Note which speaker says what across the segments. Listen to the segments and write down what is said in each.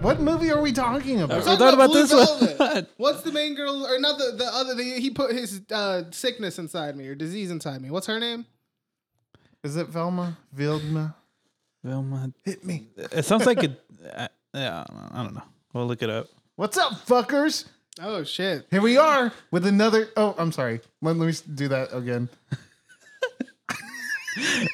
Speaker 1: What movie are we talking about?
Speaker 2: We're
Speaker 3: Talk
Speaker 2: talking about
Speaker 3: Blue
Speaker 2: this one.
Speaker 3: Velvet. What's the main girl or not the, the other? The, he put his uh, sickness inside me or disease inside me. What's her name?
Speaker 1: Is it Velma? Vilma?
Speaker 2: Velma.
Speaker 1: Hit me.
Speaker 2: It sounds like it. I, yeah, I don't know. I don't know. We'll look it up.
Speaker 1: What's up, fuckers?
Speaker 3: Oh shit!
Speaker 1: Here we are with another. Oh, I'm sorry. Let, let me s- do that again.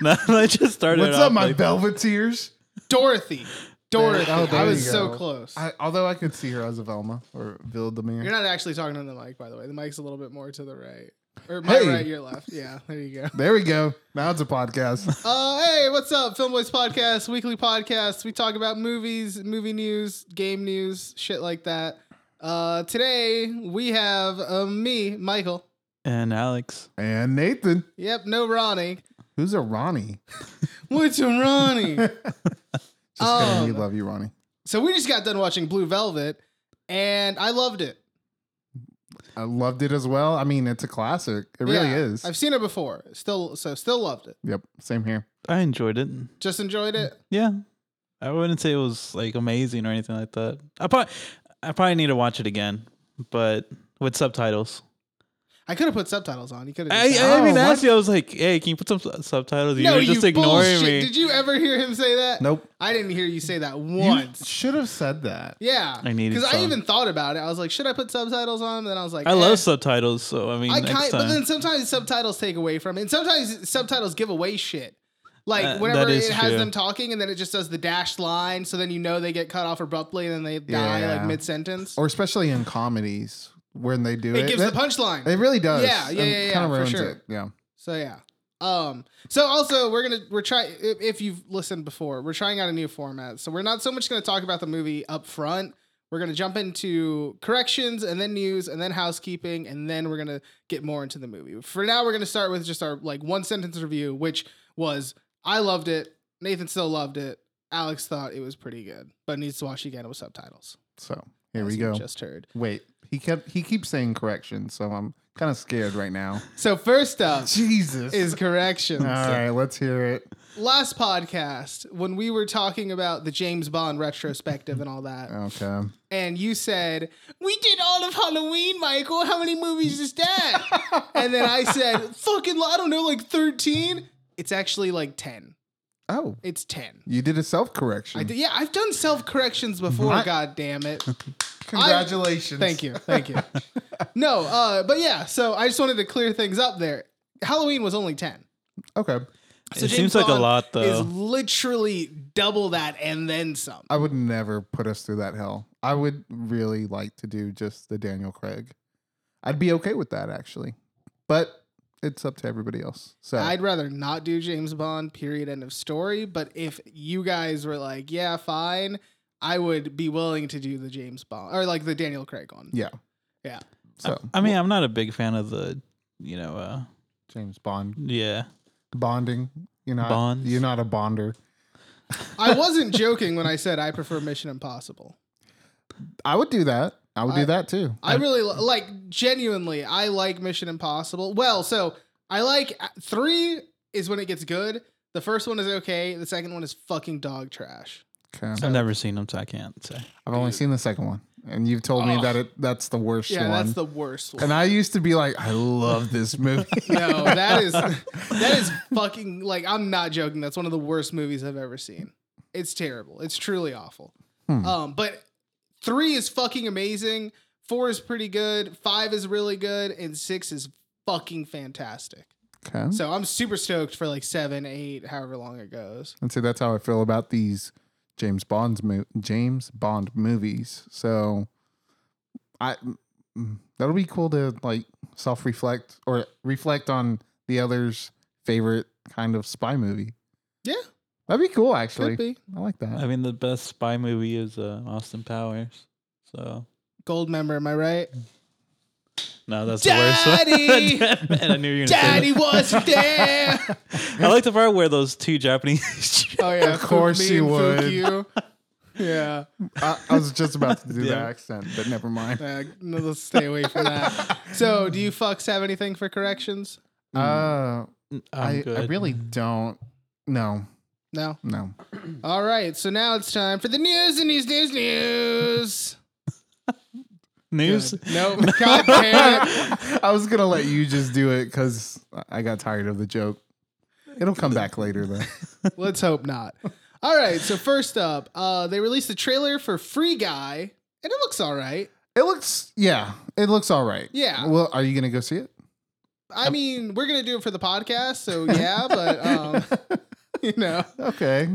Speaker 2: no, I just started.
Speaker 1: What's
Speaker 2: off
Speaker 1: up, my
Speaker 2: like-
Speaker 1: Velveteers?
Speaker 3: Dorothy. Dorothy.
Speaker 1: Oh, there
Speaker 3: I was
Speaker 1: you
Speaker 3: so
Speaker 1: go.
Speaker 3: close.
Speaker 1: I, although I could see her as a Velma or
Speaker 3: you're
Speaker 1: Vildemir.
Speaker 3: not actually talking on the mic, by the way. The mic's a little bit more to the right, or my
Speaker 1: Hey.
Speaker 3: right, your left. Yeah, there you go.
Speaker 1: There we go. Now it's a podcast.
Speaker 3: Uh, hey, what's up, Film Boys Podcast, weekly podcast. We talk about movies, movie news, game news, shit like that. Uh, today we have uh, me, Michael.
Speaker 2: And Alex.
Speaker 1: and Nathan,
Speaker 3: Yep, no Ronnie.
Speaker 1: who's a Ronnie?
Speaker 3: What's a Ronnie?
Speaker 1: Just kidding.
Speaker 3: Um,
Speaker 1: we love you, Ronnie.
Speaker 3: so we just got done watching Blue Velvet, and I loved it.
Speaker 1: I loved it as well. I mean, it's a classic. It really
Speaker 3: Yeah,
Speaker 1: is.
Speaker 3: I've seen it before. Still, so still loved it.
Speaker 1: yep. Same here.
Speaker 2: I enjoyed it.
Speaker 3: Just enjoyed it.
Speaker 2: Yeah, I wouldn't say it was like amazing or anything like that. I probably, I probably need to watch it again, but with subtitles.
Speaker 3: I could have put subtitles on. You could
Speaker 2: I, I
Speaker 3: have. just
Speaker 2: didn't even
Speaker 1: Oh,
Speaker 2: ask
Speaker 1: what?
Speaker 2: you. I was like, "Hey, can you put some su- subtitles?" You were just ignoring
Speaker 3: bullshit.
Speaker 2: me.
Speaker 3: Did you ever hear him say that?
Speaker 1: Nope.
Speaker 3: I didn't hear you say that
Speaker 1: You
Speaker 3: once.
Speaker 1: should have said that.
Speaker 3: Yeah,
Speaker 2: I needed
Speaker 3: because I
Speaker 2: some.
Speaker 3: even thought about it. I was like, should I put subtitles on? And then I was like,
Speaker 2: I
Speaker 3: eh.
Speaker 2: love subtitles, so I mean,
Speaker 3: I
Speaker 2: next
Speaker 3: kind, but
Speaker 2: time.
Speaker 3: then sometimes subtitles take away from it, and sometimes subtitles give away shit. Like
Speaker 2: Uh,
Speaker 3: whenever
Speaker 2: that is
Speaker 3: it has
Speaker 2: true.
Speaker 3: them talking, and then it just does the dashed line, so then you know they get cut off abruptly, and then they die
Speaker 1: Yeah.
Speaker 3: like mid sentence.
Speaker 1: Or especially in comedies when they do it.
Speaker 3: It gives
Speaker 1: that-
Speaker 3: the punchline.
Speaker 1: It really does.
Speaker 3: Yeah, yeah,
Speaker 1: It
Speaker 3: yeah, yeah,
Speaker 1: kinda
Speaker 3: for
Speaker 1: ruins
Speaker 3: sure.
Speaker 1: it. Yeah.
Speaker 3: So yeah. Um. So also, we're gonna we're try if, if you've listened before, we're trying out a new format. So we're not so much gonna talk about the movie up front. We're gonna jump into corrections and then news and then housekeeping and then we're gonna get more into the movie. For now, we're gonna start with just our like one sentence review, which was I loved it. Nathan still loved it. Alex thought it was pretty good, but needs to watch it again with subtitles.
Speaker 1: So here
Speaker 3: as
Speaker 1: we
Speaker 3: you
Speaker 1: go.
Speaker 3: Just heard.
Speaker 1: Wait, he kept he keeps saying correction, so I'm kind of scared right now.
Speaker 3: So first up
Speaker 1: Jesus.
Speaker 3: is corrections.
Speaker 1: All right, let's hear it.
Speaker 3: last podcast when we were talking about the James Bond retrospective and all that,
Speaker 1: Okay.
Speaker 3: and you said we did all of Halloween, Michael. How many movies is that? and then I said, "Fucking, I don't know, like thirteen. It's actually like ten.
Speaker 1: Oh,
Speaker 3: It's ten.
Speaker 1: you did a self correction.
Speaker 3: I did, yeah, I've done self corrections before.
Speaker 1: What?
Speaker 3: God damn it!
Speaker 1: Congratulations.
Speaker 3: Thank you, thank you. no, uh, but yeah. So I just wanted to clear things up there. Halloween was only ten.
Speaker 1: Okay.
Speaker 3: So
Speaker 2: it
Speaker 3: James
Speaker 2: seems like a
Speaker 3: Bond
Speaker 2: lot,
Speaker 3: Is
Speaker 2: though.
Speaker 3: literally double that and then some.
Speaker 1: I would never put us through that hell. I would really like to do just the Daniel Craig. I'd be okay with that actually, but it's up to everybody else. So
Speaker 3: I'd rather not do James Bond, period, end of story. But if you guys were like, yeah, fine, I would be willing to do the James Bond or like the Daniel Craig one.
Speaker 1: yeah,
Speaker 3: Yeah.
Speaker 1: So
Speaker 2: I mean, I'm not a big fan of the, you know, uh,
Speaker 1: James Bond
Speaker 2: yeah.
Speaker 1: bonding. You're not.
Speaker 2: Bonds.
Speaker 1: You're not a bonder.
Speaker 3: I wasn't joking when I said I prefer Mission Impossible.
Speaker 1: I would do that. I would
Speaker 3: I-
Speaker 1: do that too.
Speaker 3: I really li- like, genuinely, I like Mission Impossible. Well, so I like uh, three is when it gets good. The first one is okay. The second one is fucking dog trash.
Speaker 1: Okay.
Speaker 2: I've never seen them, so I can't say.
Speaker 1: I've only seen the second one, and you've told me
Speaker 3: Ugh.
Speaker 1: that it that's the worst
Speaker 3: Yeah,
Speaker 1: one.
Speaker 3: that's the worst one.
Speaker 1: and I used to be like, I love this movie.
Speaker 3: No, that is that is fucking like I'm not joking. That's one of the worst movies I've ever seen. It's terrible. It's truly awful.
Speaker 1: Hmm.
Speaker 3: Um, but three is fucking amazing. Four is pretty good. Five is really good, and six is fucking fantastic.
Speaker 1: Okay.
Speaker 3: So I'm super stoked for like seven, eight, however long it goes.
Speaker 1: and so that's how I feel about these James Bond's mo- James Bond movies. So I mm, that'll be cool to like self reflect or reflect on the other's favorite kind of spy movie.
Speaker 3: Yeah,
Speaker 1: That'd be cool
Speaker 3: could
Speaker 1: actually.
Speaker 3: be
Speaker 1: I like
Speaker 2: I
Speaker 1: that.
Speaker 2: mean, the best spy movie is uh, Austin Powers. So
Speaker 3: gold member. Am I right?
Speaker 2: no, that's
Speaker 3: Daddy!
Speaker 2: the worst one. and I knew you were gonna say
Speaker 3: Daddy was there.
Speaker 2: that. I like the part where those two Japanese.
Speaker 3: Oh yeah,
Speaker 1: Of course
Speaker 3: Fuku,
Speaker 1: you
Speaker 3: me and
Speaker 1: would.
Speaker 3: Fuku. Yeah.
Speaker 1: I, I was just about to do that
Speaker 2: Yeah.
Speaker 1: accent, but never mind.
Speaker 3: Uh, no, let's stay away from that. So, do you fucks have anything Mm, for corrections?
Speaker 1: Uh,
Speaker 2: I'm
Speaker 1: I, I
Speaker 2: good.
Speaker 1: really don't. No,
Speaker 3: No.
Speaker 1: No.
Speaker 3: All right. So now it's time for the news and news, news, news.
Speaker 2: News.
Speaker 3: Nope. God damn it.
Speaker 1: I was gonna let you just do it because I got tired of the joke. It'll come back later though.
Speaker 3: Let's hope not. All right. So first up, uh, they released a trailer for Free Guy, and it looks all right.
Speaker 1: It looks yeah, it looks all right.
Speaker 3: Yeah.
Speaker 1: Well, are you gonna go see it?
Speaker 3: I mean, we're gonna do it for the podcast, so yeah. But um, you know,
Speaker 1: Okay.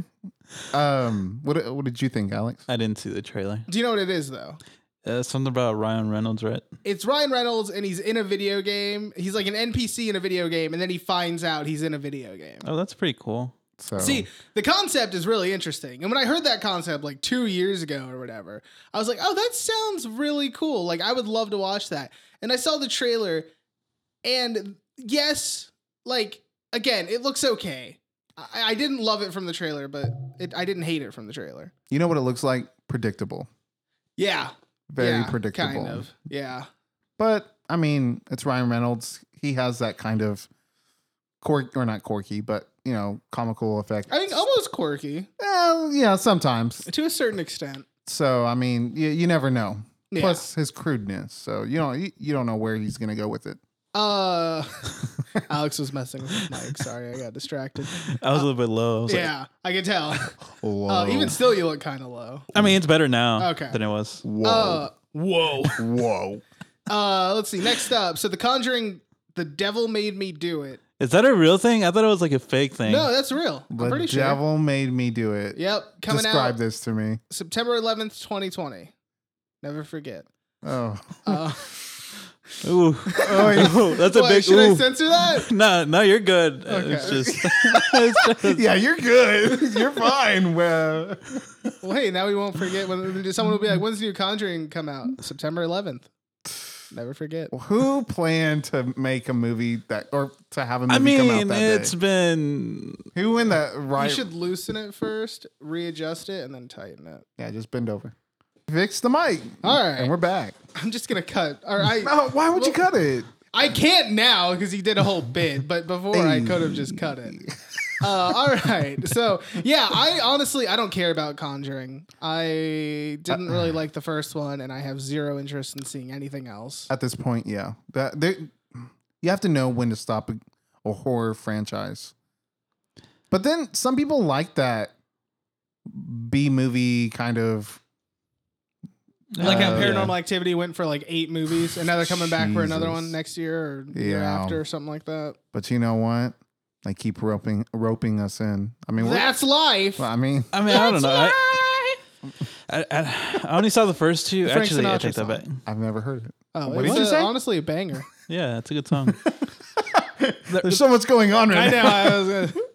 Speaker 1: Um. What What did you think, Alex?
Speaker 3: Uh,
Speaker 2: I didn't see the trailer.
Speaker 3: do you know what it is though?
Speaker 2: Uh, something about Ryan Reynolds, right?
Speaker 3: It's Ryan Reynolds, and he's in a video game. He's like an NPC in a video game, and then he finds out he's in a video game.
Speaker 2: Oh, that's pretty cool.
Speaker 1: So
Speaker 3: See, the concept is really interesting. And when I heard that concept like two years ago or whatever, I was like, oh, that sounds really cool. Like, I would love to watch that. And I saw the trailer, and yes, like, again, it looks okay. I, I didn't love it from the trailer, but it, I didn't hate it from the trailer.
Speaker 1: you know what it looks like. Predictable.
Speaker 3: Yeah.
Speaker 1: Very
Speaker 3: yeah,
Speaker 1: predictable.
Speaker 3: Kind of. Yeah.
Speaker 1: But I mean, it's Ryan Reynolds. He has that kind of quirk or not quirky, but you know, comical effect.
Speaker 3: I think almost quirky
Speaker 1: Well, yeah, sometimes.
Speaker 3: to a certain extent.
Speaker 1: So I mean, you, you never know.
Speaker 3: Yeah.
Speaker 1: Plus his crudeness. So you don't you, you don't know where he's gonna go with it.
Speaker 3: uh, Alex was messing with his mic. Sorry, I got distracted.
Speaker 2: I was a little bit low. I was like,
Speaker 3: Uh, yeah, I can tell.
Speaker 1: Whoa.
Speaker 3: Uh, even still, you look kind of low.
Speaker 2: I mean, it's better now
Speaker 3: Okay.
Speaker 2: than it was.
Speaker 1: whoa.
Speaker 3: Uh,
Speaker 2: Whoa.
Speaker 1: whoa.
Speaker 3: uh, let's see. Next up, so The Conjuring, The Devil Made Me Do It.
Speaker 2: Is that a real thing? I thought it was like a fake thing.
Speaker 3: No, that's real. I'm
Speaker 1: The
Speaker 3: pretty sure.
Speaker 1: devil made me do it.
Speaker 3: Yep, coming
Speaker 1: Describe
Speaker 3: out
Speaker 1: this to me.
Speaker 3: September 11th, 2020. Never forget.
Speaker 1: Oh.
Speaker 3: Uh,
Speaker 2: Ooh.
Speaker 1: Oh,
Speaker 2: that's a
Speaker 3: what,
Speaker 2: big
Speaker 3: should I
Speaker 2: ooh.
Speaker 3: censor that?
Speaker 2: no, no, you're good. Uh,
Speaker 3: Okay.
Speaker 2: It's just, it's just-
Speaker 1: yeah, you're good. You're fine. Well,
Speaker 3: Well, hey, now we won't forget. When someone will be like, "When's the new Conjuring come out?" September 11th. Never forget.
Speaker 1: who planned to make a movie that or to have a movie
Speaker 2: I
Speaker 1: come out
Speaker 2: mean,
Speaker 1: that
Speaker 2: it's
Speaker 1: day?
Speaker 2: been
Speaker 1: Who in the right?
Speaker 3: You should loosen it first, readjust it, and then tighten it.
Speaker 1: yeah, just bend over. Fix the mic.
Speaker 3: All right.
Speaker 1: and we're back.
Speaker 3: I'm just gonna cut. All right.
Speaker 1: No, why would you cut it?
Speaker 3: I can't now because he did a whole bit, but before I could have just cut it. Uh, all right, so yeah, I honestly I don't care about Conjuring. I didn't
Speaker 1: Uh-uh.
Speaker 3: really like the first one, and I have zero interest in seeing anything else.
Speaker 1: At this point, yeah, that there, you have to know when to stop a, a horror franchise. But then some people like that B movie kind of
Speaker 3: Like how
Speaker 1: Oh, yeah.
Speaker 3: Paranormal Activity went for like eight movies, and now they're coming back for another one
Speaker 1: Jesus.
Speaker 3: next year or year
Speaker 1: Yeah.
Speaker 3: after or something like that.
Speaker 1: But you know what? They keep roping roping us in. I mean, we're,
Speaker 3: That's life.
Speaker 1: well, I mean,
Speaker 2: I mean, I don't know. I, I, I, I only saw the first two.
Speaker 3: Frank
Speaker 2: Actually, I
Speaker 3: Sinatra
Speaker 2: take that back.
Speaker 3: song.
Speaker 1: I've never heard it.
Speaker 3: Oh,
Speaker 1: What did
Speaker 3: it was
Speaker 1: you
Speaker 3: a-
Speaker 1: say?
Speaker 3: honestly a banger.
Speaker 2: Yeah, it's a good song.
Speaker 1: There's so much going on right
Speaker 3: I know.
Speaker 1: now.
Speaker 3: I was gonna-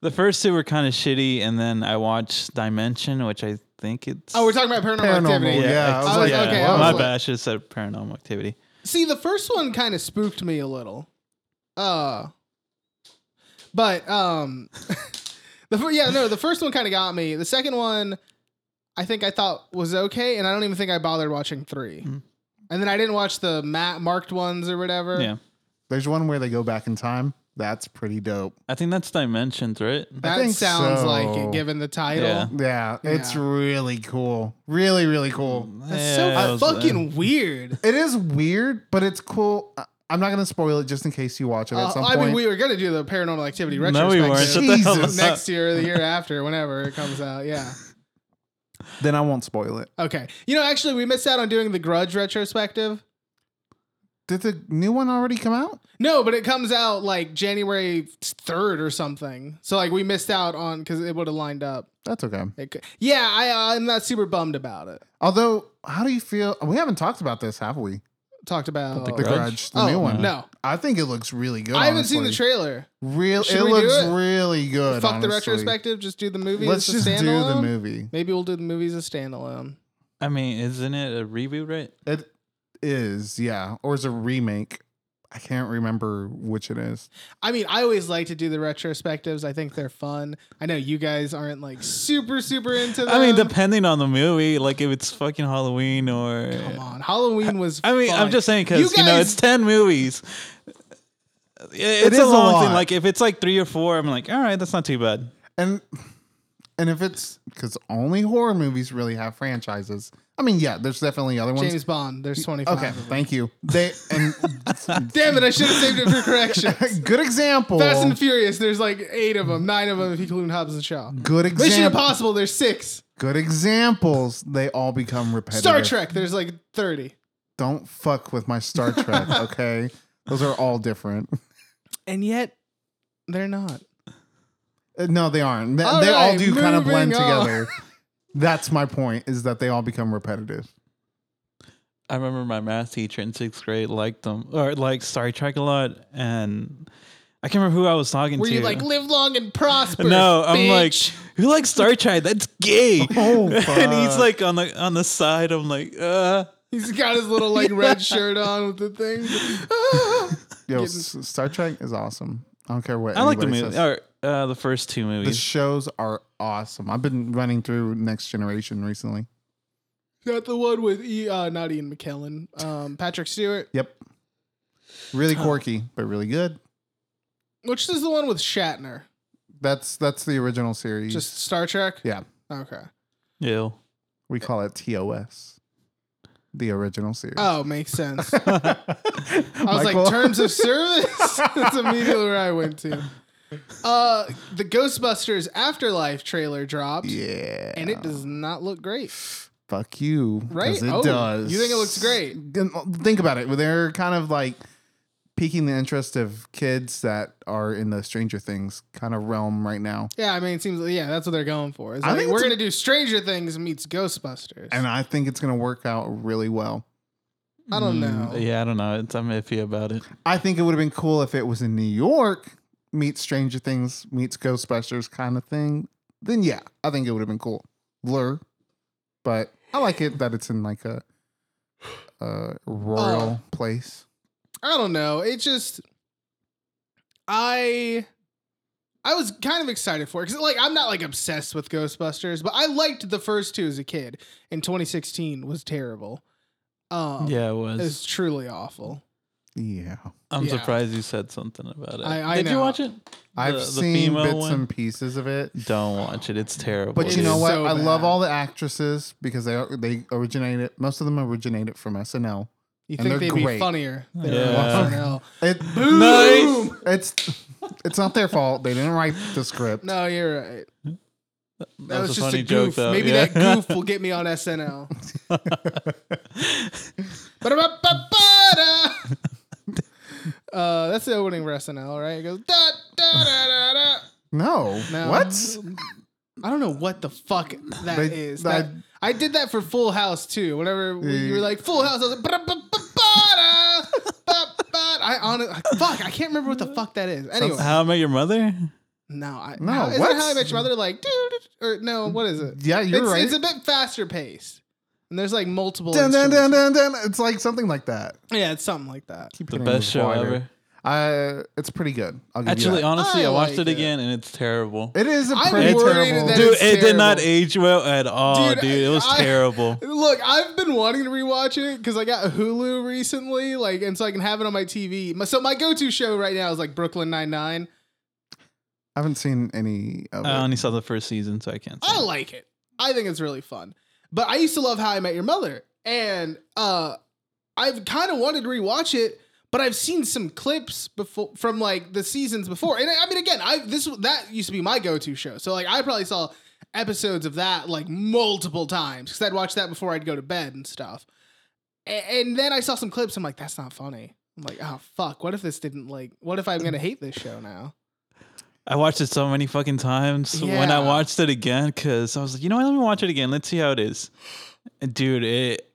Speaker 2: the first two were kind of shitty, and then I watched Dimension, which I think it's.
Speaker 3: oh, we're talking about Paranormal,
Speaker 1: Paranormal,
Speaker 3: Activity.
Speaker 1: yeah. I was
Speaker 3: like, okay, Oh, I was
Speaker 2: my
Speaker 3: like-
Speaker 2: bad. I should have said Paranormal Activity.
Speaker 3: See, the first one kind of spooked me a little. Uh but um the fir- yeah, no, the first one kind of got me. The second one I think I thought was okay and I don't even think I bothered watching 3.
Speaker 2: Mhm.
Speaker 3: And then I didn't watch the ma- marked ones or whatever.
Speaker 2: Yeah,
Speaker 1: There's one where they go back in time. That's pretty dope.
Speaker 2: I think that's Dimensions, right?
Speaker 1: I
Speaker 3: That
Speaker 1: think
Speaker 3: sounds
Speaker 1: so.
Speaker 3: like it given the title.
Speaker 2: Yeah.
Speaker 1: Yeah, it's
Speaker 3: Yeah. Mm.
Speaker 1: really cool. Really, really cool.
Speaker 3: That's
Speaker 2: Yeah, it
Speaker 3: so
Speaker 2: was-
Speaker 3: fucking weird.
Speaker 1: It is weird, but it's cool. I- I'm not gonna spoil it just in case you watch it
Speaker 3: Uh,
Speaker 1: at some
Speaker 3: I
Speaker 1: point.
Speaker 3: mean, we were going to do the paranormal activity
Speaker 2: No, we weren't.
Speaker 3: retrospective
Speaker 2: Shut the hell
Speaker 1: Jesus.
Speaker 2: up.
Speaker 3: next year or the year after, whenever it comes out. Yeah.
Speaker 1: then I won't spoil it.
Speaker 3: Okay. You know, actually, we missed out on doing the Grudge retrospective.
Speaker 1: Did the new one already come out?
Speaker 3: No, but it comes out like January 3rd or something. So, like, we missed out on because it would have lined up.
Speaker 1: That's okay.
Speaker 3: It could, yeah, I, I'm not super bummed about it.
Speaker 1: Although, how do you feel? We haven't talked about this, have we?
Speaker 3: Talked about
Speaker 1: The
Speaker 2: Grudge?
Speaker 1: Grudge, the
Speaker 3: oh,
Speaker 1: new one.
Speaker 3: No.
Speaker 1: I think it looks really good.
Speaker 3: I haven't seen the
Speaker 1: honestly.
Speaker 3: trailer.
Speaker 1: Real,
Speaker 3: Should
Speaker 1: it
Speaker 3: we do
Speaker 1: looks
Speaker 3: it?
Speaker 1: really good.
Speaker 3: Fuck the
Speaker 1: honestly.
Speaker 3: retrospective. Just do the movie
Speaker 1: Let's
Speaker 3: as a
Speaker 1: just do
Speaker 3: standalone.
Speaker 1: the movie.
Speaker 3: Maybe we'll do the movie as a standalone.
Speaker 2: I mean, isn't it a reboot, right?
Speaker 1: It is, yeah, or is a remake. I can't remember which it is.
Speaker 3: I mean, I always like to do the retrospectives. I think they're fun. I know you guys aren't like super, super into them.
Speaker 2: I mean, depending on the movie, like if it's fucking Halloween or.
Speaker 3: Come on. Halloween was.
Speaker 2: I mean, I'm
Speaker 3: fun.
Speaker 2: just saying because
Speaker 3: You
Speaker 2: you, know
Speaker 3: guys-
Speaker 2: it's ten movies. It's
Speaker 1: is a
Speaker 2: a long
Speaker 1: lot.
Speaker 2: thing. Like if it's like three or four, I'm like, all right, that's not too bad.
Speaker 1: And and if it's because only horror movies really have franchises. I mean, yeah, there's definitely other ones. Mm,
Speaker 3: James Bond. There's 25.
Speaker 1: okay, thank you. They and
Speaker 3: Damn it! I should have saved it for correction.
Speaker 1: good example.
Speaker 3: Fast and Furious. There's like eight of them, nine of them if you include Hobbs and Shaw.
Speaker 1: good
Speaker 3: Mission
Speaker 1: example.
Speaker 3: Impossible. There's six.
Speaker 1: Good examples. They all become repetitive.
Speaker 3: Star Trek. There's like 30.
Speaker 1: Don't fuck with my Star Trek. Okay, those are all different.
Speaker 3: And yet, they're not.
Speaker 1: Uh, No, they aren't. They,
Speaker 3: All
Speaker 1: they all
Speaker 3: right,
Speaker 1: do kind of
Speaker 3: moving
Speaker 1: blend
Speaker 3: on.
Speaker 1: together. That's my point. Is that they all become repetitive.
Speaker 2: I remember my math teacher in sixth grade liked them or liked Star Trek a lot, and I can't remember who I was talking
Speaker 3: Where
Speaker 2: to.
Speaker 3: you like live long and prosper?
Speaker 2: no, I'm
Speaker 3: bitch.
Speaker 2: like, who likes Star Trek? That's gay.
Speaker 1: Oh,
Speaker 2: and he's
Speaker 1: fuck.
Speaker 2: like on the on the side. I'm like, uh,
Speaker 3: he's got his little like red shirt on with the thing.
Speaker 1: Yo,
Speaker 3: Getting-
Speaker 1: S- Star Trek is awesome. I don't care what.
Speaker 2: I like the
Speaker 1: anybody
Speaker 2: movie
Speaker 1: says.
Speaker 2: or uh, the first two
Speaker 1: The
Speaker 2: movies.
Speaker 1: shows are awesome. I've been running through Next Generation recently.
Speaker 3: Not the one with e, uh, not Ian McKellen, um, Patrick Stewart.
Speaker 1: Yep. Really quirky, but really good.
Speaker 3: Which is the one with Shatner?
Speaker 1: That's that's the original series.
Speaker 3: Just Star Trek.
Speaker 1: yeah,
Speaker 3: Okay.
Speaker 2: Ew.
Speaker 1: we call it TOS. The original series.
Speaker 3: Oh, makes sense.
Speaker 1: I
Speaker 3: I was like, terms of service. That's immediately where I went to. Uh, the Ghostbusters Afterlife trailer dropped,
Speaker 1: Yeah.
Speaker 3: and it does not look great.
Speaker 1: Fuck you. 'cause
Speaker 3: Right?
Speaker 1: It
Speaker 3: Oh,
Speaker 1: does.
Speaker 3: you think it looks great?
Speaker 1: Then, well, Think about it. They're kind of like piquing the interest of kids that are in the Stranger Things kind of realm right now.
Speaker 3: Yeah, I mean, it seems yeah, that's what they're going for. It's
Speaker 1: I
Speaker 3: like,
Speaker 1: think
Speaker 3: we're
Speaker 1: it's a-
Speaker 3: gonna do Stranger Things meets Ghostbusters.
Speaker 1: And I think it's going to work out really well.
Speaker 3: I don't know.
Speaker 2: Mm, yeah, I don't know. It's, I'm iffy about it.
Speaker 1: I think it would have been cool if it was in New York, meets Stranger Things, meets Ghostbusters kind of thing. Then yeah, I think it would have been cool. Blur. But I like it that it's in like a a royal place.
Speaker 3: I don't know. It just I I was kind of excited for it because like I'm not like obsessed with Ghostbusters, but I liked the first two as a kid. And 2016 was terrible. Um,
Speaker 2: yeah, it
Speaker 3: it
Speaker 2: was.
Speaker 3: was truly awful.
Speaker 1: Yeah.
Speaker 2: I'm
Speaker 3: yeah.
Speaker 2: surprised you said something about it.
Speaker 3: I- I
Speaker 2: Did you
Speaker 3: know.
Speaker 2: watch it?
Speaker 1: I've
Speaker 2: The- the
Speaker 1: seen
Speaker 2: female
Speaker 1: bits
Speaker 2: one?
Speaker 1: and pieces of it.
Speaker 2: Don't watch it. It's terrible.
Speaker 1: But you
Speaker 3: It
Speaker 1: know
Speaker 3: is
Speaker 1: what?
Speaker 3: so
Speaker 1: I love
Speaker 3: bad.
Speaker 1: all the actresses because they they originated most of them originated from SNL.
Speaker 3: You
Speaker 1: And
Speaker 3: think
Speaker 1: they're
Speaker 3: they'd be
Speaker 1: great.
Speaker 3: funnier? than
Speaker 2: Yeah.
Speaker 3: SNL.
Speaker 1: It,
Speaker 2: Nice.
Speaker 1: It's it's not their fault. They didn't write the script.
Speaker 3: No, you're right. That, was,
Speaker 2: a
Speaker 3: just a,
Speaker 2: funny joke,
Speaker 3: goof.
Speaker 2: though.
Speaker 3: Maybe
Speaker 2: Yeah.
Speaker 3: that goof will get me on SNL. Ba-da-ba-ba-ba-da. uh, that's the opening for SNL, right? It goes da da da da da.
Speaker 1: No.
Speaker 3: No.
Speaker 1: What?
Speaker 3: I don't know what the fuck that is.
Speaker 1: They-
Speaker 3: That- I did that for Full House too. Whenever we, you were like Full House, I was like ba-da-ba-ba-da, ba-ba-da. I honestly fuck, I can't remember what the fuck that is. Anyway,
Speaker 2: How I Met Your Mother?
Speaker 3: no, I,
Speaker 1: No,
Speaker 3: how- is
Speaker 1: what?
Speaker 3: that how I met your mother? Like, dude, or no, what is it?
Speaker 1: Yeah, you're
Speaker 3: it's,
Speaker 1: right.
Speaker 3: It's a bit faster paced, and there's like multiple.
Speaker 1: dun, dun, dun,
Speaker 3: instruments.
Speaker 1: dun, dun. It's like something like that.
Speaker 3: Yeah, it's something like that.
Speaker 1: Keep
Speaker 2: The
Speaker 1: hitting
Speaker 2: best
Speaker 1: the
Speaker 2: show
Speaker 1: water.
Speaker 2: ever.
Speaker 1: Uh, it's pretty good. I'll give
Speaker 2: Actually,
Speaker 1: you that.
Speaker 2: honestly,
Speaker 3: I
Speaker 2: I, watched
Speaker 3: like
Speaker 2: it
Speaker 3: it.
Speaker 2: again and it's terrible.
Speaker 1: It is a
Speaker 3: I'm
Speaker 1: pretty
Speaker 2: worried
Speaker 1: terrible.
Speaker 3: that
Speaker 2: dude,
Speaker 3: is
Speaker 2: it did not
Speaker 3: terrible.
Speaker 2: age well at all,
Speaker 3: Dude,
Speaker 2: dude. It was
Speaker 3: I-
Speaker 2: terrible.
Speaker 3: Look, I've been wanting to rewatch it because I got Hulu recently, like, and so I can have it on my TV. My- So my go-to show right now is like Brooklyn Nine Nine.
Speaker 1: I haven't seen any of it.
Speaker 2: I only saw the first season, so I can't. Say.
Speaker 3: I like it. I think it's really fun. But I used to love How I Met Your Mother, and uh, I've kind of wanted to rewatch it, but I've seen some clips before from like the seasons before. And I, I mean, again, I this that used to be my go-to show, so like I probably saw episodes of that like multiple times because I'd watch that before I'd go to bed and stuff. A- and then I saw some clips. I'm like, that's not funny. I'm like, oh fuck, what if this didn't like? What if I'm gonna hate this show now?
Speaker 2: I watched it so many fucking times when I
Speaker 3: Yeah.
Speaker 2: watched it again because I was like, you know what? Let me watch it again. Let's see how it is. And Dude, it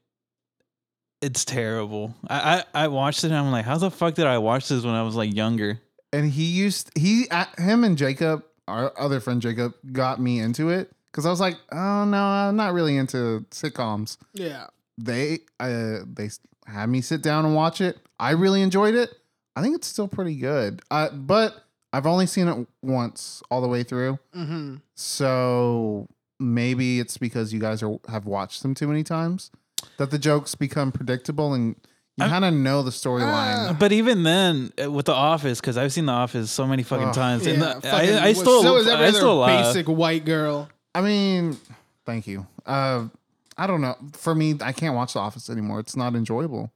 Speaker 2: it's terrible. I, I I watched it and I'm like, how the fuck did I watch this when I was like younger?
Speaker 1: and he used he uh, him and Jacob, our other friend Jacob, got me into it because I was like, oh no, I'm not really into sitcoms.
Speaker 3: Yeah,
Speaker 1: They uh they s- had me sit down and watch it. I really enjoyed it. I think it's still pretty good. Uh, but I've only seen it once all the way through.
Speaker 3: mm-hmm.
Speaker 1: So maybe it's because you guys are have watched them too many times that the jokes become predictable and You kind of know the storyline.
Speaker 3: Ah.
Speaker 2: But even then, uh, with The Office, because I've seen The Office so many fucking
Speaker 1: Ugh.
Speaker 2: times, and
Speaker 3: Yeah,
Speaker 2: the-
Speaker 3: fucking-
Speaker 2: I, I still,
Speaker 3: so is every
Speaker 2: I
Speaker 3: other
Speaker 2: still laugh.
Speaker 3: basic white girl.
Speaker 1: I mean, thank you. Uh, I don't know. For me, I can't watch The Office anymore. It's not enjoyable.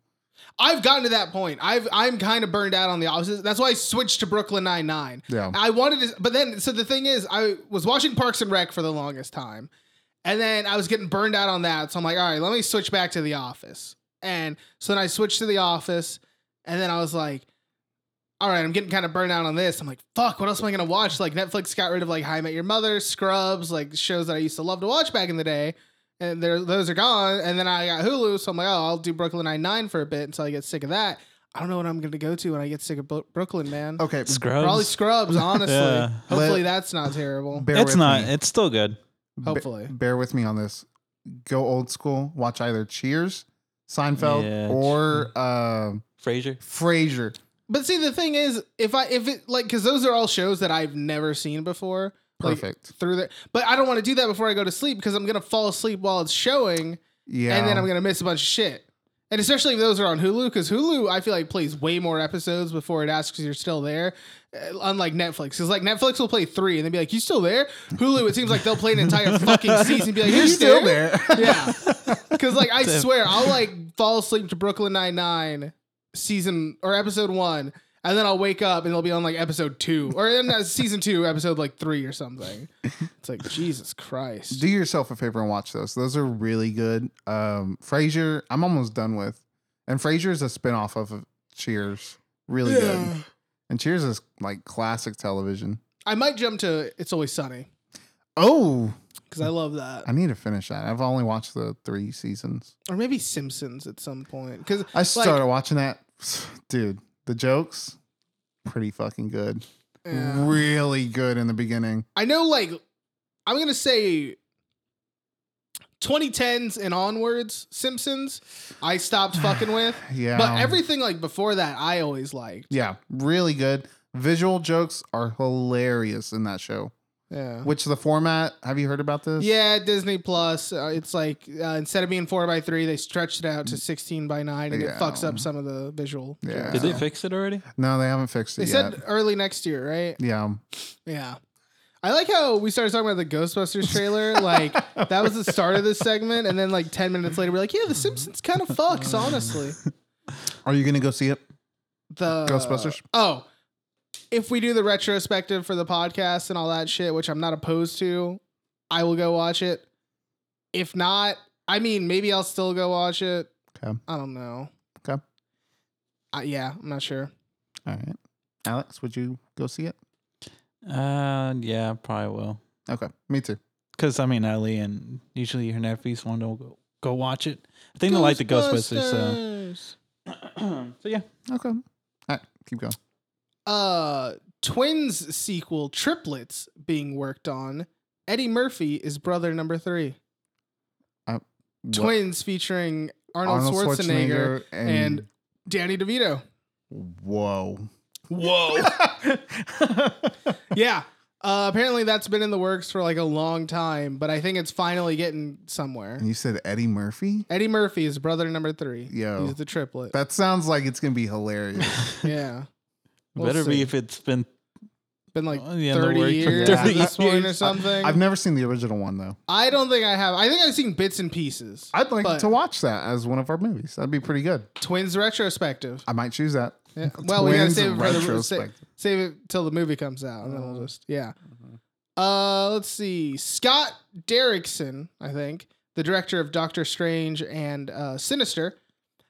Speaker 3: I've gotten to that point. I've I'm kind of burned out on the offices. That's why I switched to Brooklyn Nine Nine.
Speaker 1: Yeah.
Speaker 3: I wanted to, but then so the thing is, I was watching Parks and Rec for the longest time, and then I was getting burned out on that. So I'm like, all right, let me switch back to The Office. And so then I switched to The Office, and then I was like, all right, I'm getting kind of burned out on this. I'm like, fuck, what else am I gonna watch? Like Netflix got rid of like How I Met Your Mother, Scrubs, like shows that I used to love to watch back in the day, and there those are gone. And then I got Hulu, so I'm like, oh, I'll do Brooklyn Nine Nine for a bit until I get sick of that. I don't know what I'm gonna go to when I get sick of Bro- Brooklyn, man.
Speaker 1: Okay,
Speaker 2: Scrubs.
Speaker 3: Probably Scrubs, honestly.
Speaker 2: Yeah.
Speaker 3: Hopefully that's not terrible.
Speaker 1: bear
Speaker 2: it's
Speaker 1: with
Speaker 2: not.
Speaker 1: me.
Speaker 2: It's still good.
Speaker 3: Hopefully.
Speaker 1: bear with me on this. Go old school. Watch either Cheers, Seinfeld,
Speaker 2: Yeah,
Speaker 1: or uh,
Speaker 2: Frasier.
Speaker 1: Frasier.
Speaker 3: But see the thing is, if I if it like cause those are all shows that I've never seen before. like,
Speaker 1: Perfect.
Speaker 3: through there. But I don't want to do that before I go to sleep because I'm gonna fall asleep while it's showing
Speaker 1: yeah.
Speaker 3: and then I'm gonna miss a bunch of shit. And especially if those are on Hulu, because Hulu I feel like plays way more episodes before it asks you're still there. uh, Unlike Netflix, because like Netflix will play three and then be like, "You still there?" Hulu, it seems like they'll play an entire fucking season and be like,
Speaker 1: You're still there.
Speaker 3: Yeah. Cause like I swear I'll like fall asleep to Brooklyn Nine Nine season or episode one, and then I'll wake up and it'll be on like episode two or in uh, season two, episode like three or something. It's like Jesus Christ.
Speaker 1: Do yourself a favor and watch those. Those are really good. Um, Frasier, I'm almost done with, and Frasier is a spinoff of Cheers. Really good. And Cheers is like classic television.
Speaker 3: I might jump to It's Always Sunny
Speaker 1: Oh,
Speaker 3: because I love that,
Speaker 1: I need to finish that. I've only watched the three seasons.
Speaker 3: or maybe Simpsons at some point. Because
Speaker 1: I started watching that, dude. The jokes, pretty fucking good. Really good in the beginning.
Speaker 3: I know, like, I'm gonna say 2010s and onwards Simpsons. I stopped fucking with,
Speaker 1: Yeah,
Speaker 3: but everything like before that, I always liked.
Speaker 1: yeah, really good. Visual jokes are hilarious in that show.
Speaker 3: Yeah.
Speaker 1: Which the format? Have you heard about this?
Speaker 3: Yeah, Disney Plus. Uh, it's like uh, instead of being four by three, they stretched it out to sixteen by nine, and
Speaker 1: Mm. Yeah.
Speaker 3: it fucks up some of the visual.
Speaker 1: Yeah.
Speaker 2: Did they
Speaker 3: So-
Speaker 2: fix it already?
Speaker 1: No, they haven't fixed
Speaker 3: They
Speaker 1: it yet.
Speaker 3: said early next year, right?
Speaker 1: yeah.
Speaker 3: Yeah. I like how we started talking about the Ghostbusters trailer. Like that was the start of this segment, and then like ten minutes later, we're like, "Yeah, The Simpsons kind of fucks, honestly."
Speaker 1: Are you gonna go see it?
Speaker 3: The
Speaker 1: Ghostbusters?
Speaker 3: Oh, if we do the retrospective for the podcast and all that shit, which I'm not opposed to, I will go watch it. If not, I mean, maybe I'll still go watch it.
Speaker 1: Okay.
Speaker 3: I don't know.
Speaker 1: Okay.
Speaker 3: Uh, yeah, I'm not sure.
Speaker 1: All right. Alex, would you go see it?
Speaker 2: Uh, yeah, probably will.
Speaker 1: Okay. Me too.
Speaker 2: Because I mean, Ellie and usually her nephews want to go go watch it. I think they like the Ghostbusters. So.
Speaker 3: Ghostbusters.
Speaker 2: so yeah,
Speaker 1: Okay. All right. Keep going.
Speaker 3: uh twins sequel triplets being worked on eddie murphy is brother number three
Speaker 1: What-
Speaker 3: twins featuring arnold, schwarzenegger, and danny devito
Speaker 1: whoa.
Speaker 2: whoa.
Speaker 3: yeah uh, apparently that's been in the works for like a long time but i think it's finally getting somewhere
Speaker 1: And you said Eddie Murphy?
Speaker 3: eddie murphy is brother number three
Speaker 1: Yo.
Speaker 3: he's the triplet
Speaker 1: That sounds like it's gonna be hilarious.
Speaker 3: yeah We'll
Speaker 2: Better
Speaker 3: see.
Speaker 2: be if it's been
Speaker 3: been like
Speaker 2: Oh, yeah, in the
Speaker 3: 30
Speaker 2: works for
Speaker 3: years
Speaker 1: 30
Speaker 3: on this one or
Speaker 2: years.
Speaker 3: something
Speaker 1: I've never seen the original one though.
Speaker 3: i don't think i have i think i've seen bits and pieces
Speaker 1: I'd like
Speaker 3: But-
Speaker 1: to watch that as one of our movies. That'd be pretty good.
Speaker 3: twins retrospective
Speaker 1: I might choose that.
Speaker 3: Yeah. Well, we gotta
Speaker 1: Twins
Speaker 3: save it for the save,
Speaker 1: retrospective.
Speaker 3: save it till the movie comes out, and then we'll
Speaker 1: Uh-huh.
Speaker 3: just yeah. Uh, let's see. Scott Derrickson, I think, the director of Doctor Strange and uh, Sinister,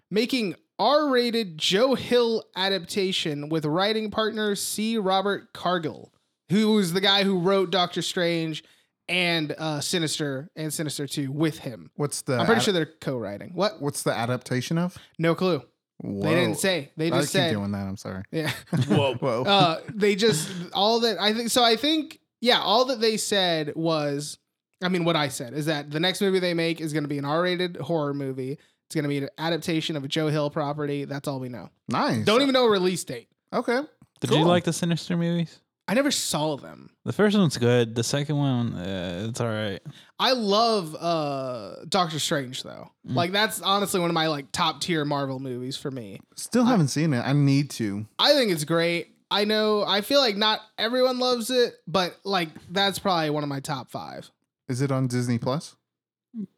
Speaker 3: making R-rated Joe Hill adaptation with writing partner C. Robert Cargill, who was the guy who wrote Doctor Strange and uh, Sinister and Sinister Two with him.
Speaker 1: What's the
Speaker 3: I'm pretty
Speaker 1: ad-
Speaker 3: sure they're co-writing. What?
Speaker 1: what's the adaptation of?
Speaker 3: No clue.
Speaker 1: Whoa.
Speaker 3: They didn't say. They
Speaker 1: I
Speaker 3: just
Speaker 1: keep
Speaker 3: said.
Speaker 1: doing that. I'm sorry.
Speaker 3: Yeah.
Speaker 1: Whoa. Whoa.
Speaker 3: uh, they just all that I think. So I think yeah, all that they said was, I mean, what I said is that the next movie they make is going to be an R-rated horror movie. It's going to be an adaptation of a Joe Hill property. That's all we know.
Speaker 1: nice.
Speaker 3: Don't even know a release date.
Speaker 1: Okay.
Speaker 2: Did
Speaker 1: Cool.
Speaker 2: you like the Sinister movies?
Speaker 3: I never saw them.
Speaker 2: The first one's good. The second one, uh, it's all right.
Speaker 3: I love uh Doctor Strange though.
Speaker 2: Mm.
Speaker 3: Like that's honestly one of my like top tier Marvel movies for me.
Speaker 1: Still haven't seen it. I need to.
Speaker 3: I think it's great. I know I feel like not everyone loves it, but like that's probably one of my top five.
Speaker 1: Is it on Disney Plus?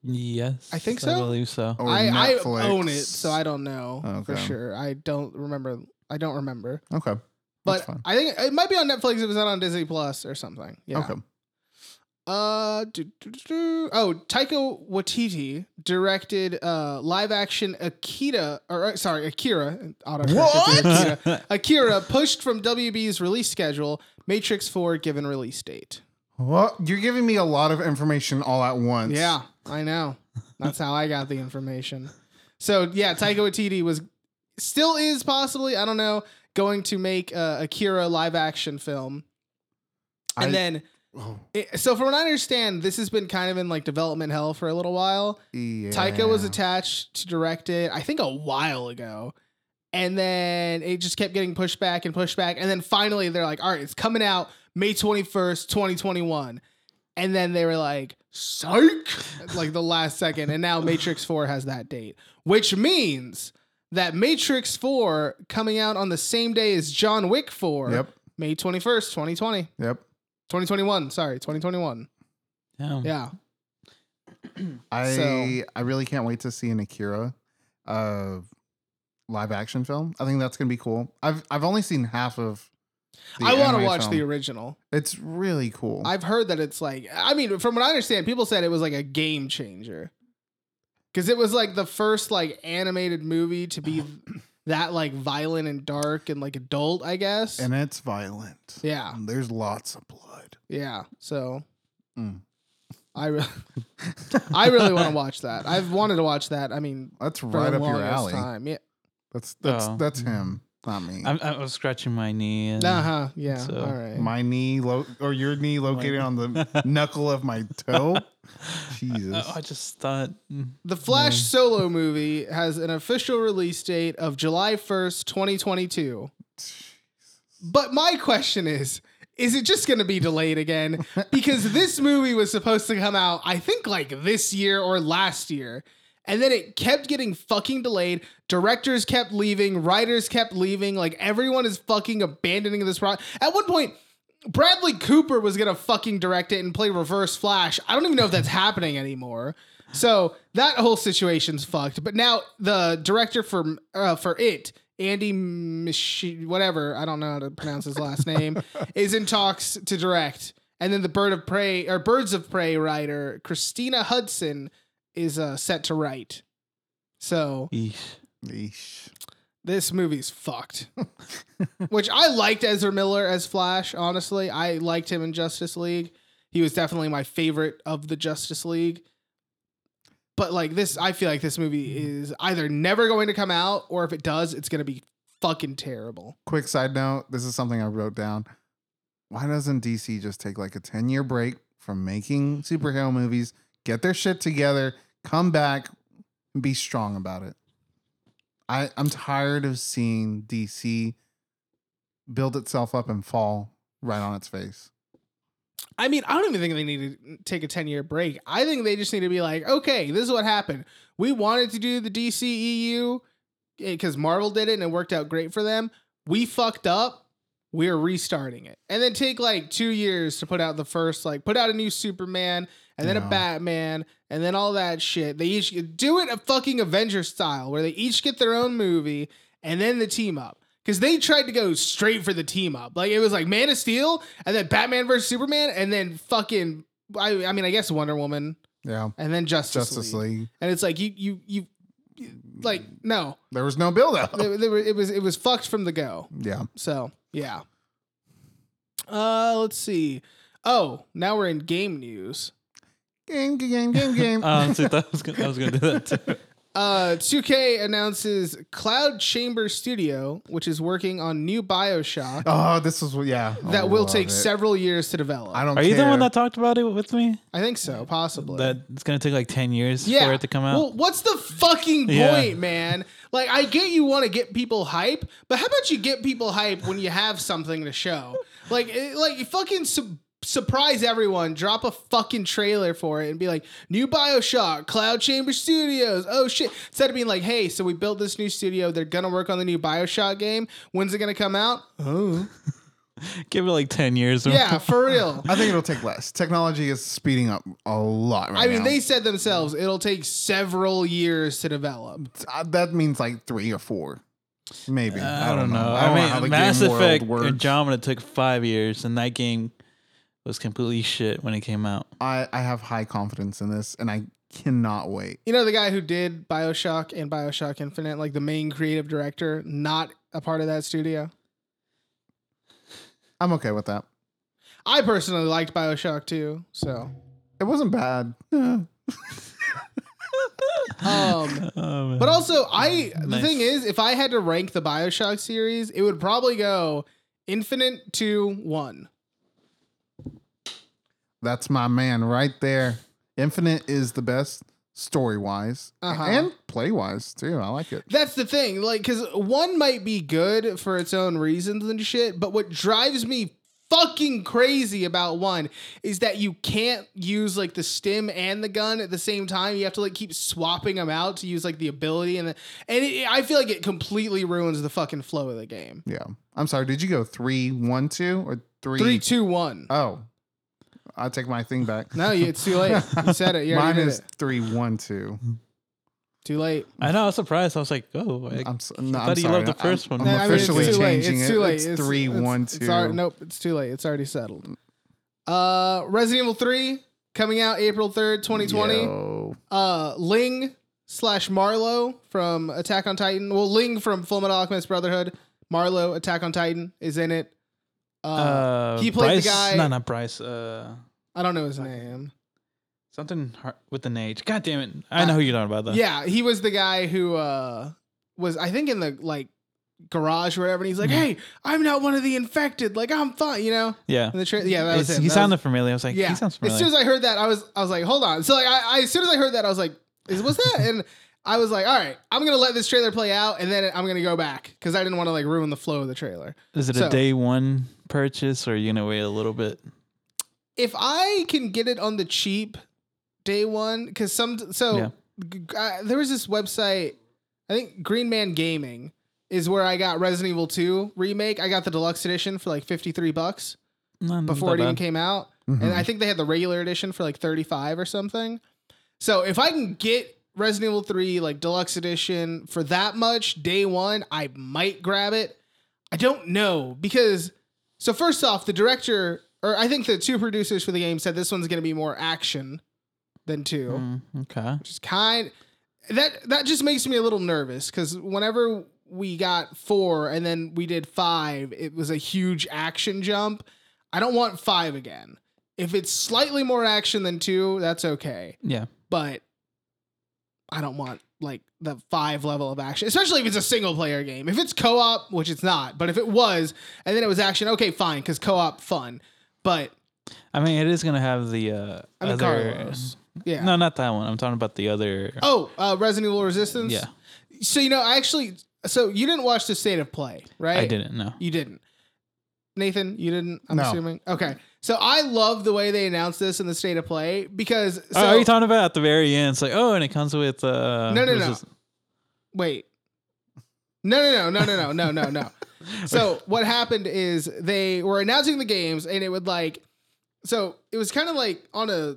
Speaker 2: Yes,
Speaker 3: I think
Speaker 2: I
Speaker 3: so.
Speaker 2: believe so.
Speaker 1: Or
Speaker 3: I, I
Speaker 1: Netflix?
Speaker 3: own it, so I don't know for
Speaker 1: Okay.
Speaker 3: sure. I don't remember. I don't remember,
Speaker 1: Okay. That's
Speaker 3: but
Speaker 1: fine.
Speaker 3: I think it might be on Netflix. If it's not on Disney Plus or something. Yeah.
Speaker 1: Okay.
Speaker 3: Uh, do, do, do, do. oh, Taika Waititi directed uh live action Akita or uh, sorry Akira. Auto
Speaker 1: What?
Speaker 3: Akira. Akira pushed from WB's release schedule. Matrix Four given release date.
Speaker 1: Well, you're giving me a lot of information all at once.
Speaker 3: Yeah, I know. That's how I got the information. So yeah, Taika Waititi was still is possibly I don't know going to make uh, Akira live action film, and
Speaker 1: I-
Speaker 3: then
Speaker 1: Oh,
Speaker 3: it, so from what I understand, this has been kind of in like development hell for a little while.
Speaker 1: yeah.
Speaker 3: Taika was attached to direct it, I think a while ago. And then it just kept getting pushed back and pushed back. And then finally they're like, all right, it's coming out May 21st, 2021. And then they were like, psych, at, like the last second. And now Matrix 4 has that date, which means that Matrix 4 coming out on the same day as John Wick 4,
Speaker 1: Yep.
Speaker 3: May 21st, 2020,
Speaker 1: Yep.
Speaker 3: 2021. Sorry, 2021.
Speaker 1: Mm.
Speaker 2: Damn.
Speaker 3: Yeah.
Speaker 1: I
Speaker 3: So-
Speaker 1: I really can't wait to see an Akira uh live action film. I think that's gonna be cool. I've I've only seen half of the
Speaker 3: I want to
Speaker 1: anime
Speaker 3: watch
Speaker 1: film.
Speaker 3: the original.
Speaker 1: It's really cool.
Speaker 3: I've heard that it's like I mean, from what I understand, people said it was like a game changer. Cause it was like the first like animated movie to be that like violent and dark and like adult, I guess.
Speaker 1: and it's violent.
Speaker 3: yeah,
Speaker 1: There's lots of blood.
Speaker 3: yeah. So
Speaker 1: Mm.
Speaker 3: I re- I really want to watch that. I've wanted to watch that. I mean,
Speaker 1: That's
Speaker 3: for
Speaker 1: right
Speaker 3: the
Speaker 1: up your
Speaker 3: longest
Speaker 1: alley.
Speaker 3: Time. Yeah.
Speaker 1: That's that's
Speaker 2: Oh.
Speaker 1: that's him, not me.
Speaker 2: I'm, I was scratching my knee. And
Speaker 3: Uh huh. Yeah.
Speaker 2: So,
Speaker 3: All right.
Speaker 1: my knee lo- or your knee located on the knuckle of my toe. Jesus.
Speaker 2: I, I just thought. mm,
Speaker 3: The Flash solo movie has an official release date of July 1st, 2022.
Speaker 2: uh,
Speaker 3: But my question is, is it just going to be delayed again? Because this movie was supposed to come out, I think, like this year or last year. And then it kept getting fucking delayed. Directors kept leaving. Writers kept leaving. Like, everyone is fucking abandoning this project. At one point, Bradley Cooper was going to fucking direct it and play Reverse Flash. I don't even know if that's happening anymore. So that whole situation's fucked. But now the director for uh, for it, Andy Michi- whatever I don't know how to pronounce his last name, is in talks to direct. And then the Bird of Prey or Birds of Prey writer Christina Hudson is uh, set to write. So
Speaker 2: Eesh.
Speaker 1: Yeesh.
Speaker 3: this movie's fucked. Which I liked Ezra Miller as Flash, honestly. I liked him in Justice League. He was definitely my favorite of the Justice League. But like this, I feel like this movie is either never going to come out or if it does, it's going to be fucking terrible.
Speaker 1: Quick side note: This is something I wrote down. Why doesn't DC just take like a ten-year break from making superhero movies, get their shit together, come back, and be strong about it? I I'm tired of seeing DC build itself up and fall right on its face.
Speaker 3: I mean, I don't even think they need to take a 10 year break. I think they just need to be like, okay, this is what happened. We wanted to do the E DCEU because eh, Marvel did it and it worked out great for them. We fucked up. We're restarting it. And then take like two years to put out the first, like, put out a new Superman and then
Speaker 1: No.
Speaker 3: a Batman and then all that shit. They each do it a fucking Avengers style where they each get their own movie and then the team up. Because they tried to go straight for the team up. Like it was like Man of Steel and then Batman versus Superman and then fucking I, I mean I guess Wonder Woman
Speaker 1: Yeah,
Speaker 3: and then Justice,
Speaker 1: Justice
Speaker 3: League.
Speaker 1: League.
Speaker 3: And it's like you you you you- like no.
Speaker 1: There was no build up.
Speaker 3: They- they were- it was it was fucked from the go.
Speaker 1: Yeah.
Speaker 3: So yeah. Uh let's see. Oh, now we're in game news.
Speaker 1: Game, game, game, game.
Speaker 2: Honestly, I was gonna, I was gonna do Oh, that too.
Speaker 3: Uh, 2K announces Cloud Chamber Studio, which is working on new Bioshock
Speaker 1: oh, this is yeah. I
Speaker 3: that will
Speaker 1: love
Speaker 3: take
Speaker 1: it.
Speaker 3: several years to develop.
Speaker 1: I don't.
Speaker 2: Are you the
Speaker 1: care.
Speaker 2: one that talked about it with me?
Speaker 3: I think so, possibly.
Speaker 2: That it's gonna take like ten years for it to come out.
Speaker 3: Well, what's the fucking point,
Speaker 2: Yeah.
Speaker 3: man? Like, I get you want to get people hype, but how about you get people hype when you have something to show? Like, it, like you fucking su- surprise everyone, drop a fucking trailer for it, and be like, new Bioshock, Cloud Chamber Studios. Oh shit! Instead of being like, hey, so we built this new studio. They're gonna work on the new Bioshock game. When's it gonna come out? Oh,
Speaker 2: Give it like ten years.
Speaker 3: yeah, for real.
Speaker 1: I think it'll take less. Technology is speeding up a lot right
Speaker 3: I mean,
Speaker 1: now.
Speaker 3: they said themselves it'll take several years to develop.
Speaker 1: Uh, that means like three or four, maybe.
Speaker 2: Uh, I, don't know.
Speaker 1: don't
Speaker 2: I,
Speaker 1: how the
Speaker 2: mean, Mass
Speaker 1: game world
Speaker 2: Effect
Speaker 1: works.
Speaker 2: Andromeda took five years, and that game was completely shit when it came out.
Speaker 1: I, I have high confidence in this, and I cannot wait.
Speaker 3: You know the guy who did Bioshock and Bioshock Infinite, like the main creative director, not a part of that studio.
Speaker 1: I'm okay with that.
Speaker 3: I personally liked Bioshock too, so
Speaker 1: It wasn't bad. Eh.
Speaker 3: um.
Speaker 2: Oh, man.
Speaker 3: But also, I the
Speaker 2: Nice.
Speaker 3: thing is, if I had to rank the Bioshock series, it would probably go Infinite to one.
Speaker 1: That's my man right there. Infinite is the best story wise
Speaker 3: Uh-huh.
Speaker 1: and play wise too. I like it.
Speaker 3: That's the thing, like, because one might be good for its own reasons and shit, but what drives me fucking crazy about one is that you can't use like the stim and the gun at the same time. You have to like keep swapping them out to use like the ability and the, and it, I feel like it completely ruins the fucking flow of the game.
Speaker 1: Yeah. I'm sorry. Did you go three, one, two, or three?
Speaker 3: Three, two, one.
Speaker 1: Oh, I take my thing back.
Speaker 3: no, you- it's too late. You said it. You already
Speaker 1: Mine
Speaker 3: did
Speaker 1: is
Speaker 3: it.
Speaker 1: three, one, two.
Speaker 3: Too late.
Speaker 2: I know. I was surprised. I was like, oh, I,
Speaker 1: I'm, so, no,
Speaker 2: I
Speaker 1: I'm
Speaker 2: thought you
Speaker 1: sorry.
Speaker 2: loved the
Speaker 1: I'm-
Speaker 2: first one.
Speaker 1: I'm
Speaker 2: No,
Speaker 3: I mean, it's
Speaker 1: officially
Speaker 3: too late.
Speaker 1: changing it. It's three, one,
Speaker 3: it's,
Speaker 1: two.
Speaker 3: alre- nope, it's too late. It's already settled. Uh, Resident Evil Three coming out April third, twenty twenty.
Speaker 1: Yo.
Speaker 3: Uh, Ling slash Marlowe from Attack on Titan. Well, Ling from Full Metal Alchemist Brotherhood. Marlowe, Attack on Titan, is in it. Uh,
Speaker 2: uh,
Speaker 3: he played the
Speaker 2: Bryce,
Speaker 3: guy-
Speaker 2: No, not Bryce. Uh,
Speaker 3: I don't know his name.
Speaker 2: something har- with an H. God damn it! I
Speaker 3: Uh,
Speaker 2: know who you're talking about. Though.
Speaker 3: Yeah, he was the guy who uh was I think in the like garage or whatever, and he's like, "Hey, I'm not one of the infected. Like I'm fine," you know.
Speaker 2: yeah.
Speaker 3: And the tra- yeah, that was
Speaker 2: It's-
Speaker 3: him.
Speaker 2: he
Speaker 3: That was-
Speaker 2: sounded familiar. I was like,
Speaker 3: yeah.
Speaker 2: he sounds familiar.
Speaker 3: As soon as I heard that, I was I was like, hold on. So like I, I as soon as I heard that, I was like, is what's that? and I was like, all right, I'm gonna let this trailer play out, and then I'm gonna go back because I didn't want to like ruin the flow of the trailer.
Speaker 2: Is it
Speaker 3: so-
Speaker 2: a day one purchase, or are you gonna wait a little bit?
Speaker 3: If I can get it on the cheap, day one, because some so
Speaker 2: Yeah.
Speaker 3: g- g- uh, there was this website, I think Green Man Gaming is where I got Resident Evil 2 remake. I got the deluxe edition for like 53 bucks.
Speaker 2: No, not
Speaker 3: before it
Speaker 2: that
Speaker 3: even
Speaker 2: bad.
Speaker 3: came out.
Speaker 1: Mhm.
Speaker 3: And I think they had the regular edition for like 35 or something. So if I can get Resident Evil 3 like deluxe edition for that much day 1, I might grab it. I don't know because so first off, the director or I think the two producers for the game said this one's going to be more action than 2
Speaker 2: Mm, okay.
Speaker 3: just kind that that just makes me a little nervous because whenever we got four and then we did five it was a huge action jump i don't want five again if it's slightly more action than two that's okay
Speaker 2: Yeah.
Speaker 3: but i don't want like the five level of action especially if it's a single player game if it's co-op which it's not but if it was and then it was action okay fine because co-op fun but
Speaker 2: I mean, it is gonna have the uh,
Speaker 3: i mean
Speaker 2: other.
Speaker 3: carlos yeah
Speaker 2: No, not that one. I'm talking about the other.
Speaker 3: oh uh, resident evil resistance
Speaker 2: yeah,
Speaker 3: So you know, I actually, so you didn't watch the state of play, right?
Speaker 2: I didn't know.
Speaker 3: You didn't. Nathan, you didn't. I'm
Speaker 1: No.
Speaker 3: assuming. Okay. So I love the way they announced this in the state of play because. So,
Speaker 2: oh, are you talking about at the very end? It's like, oh, and it comes with. Uh,
Speaker 3: No, no,
Speaker 2: there's
Speaker 3: no.
Speaker 2: this-
Speaker 3: Wait. No, no, no, no, no, no, no, no, no. So what happened is they were announcing the games and it would like so it was kind of like on a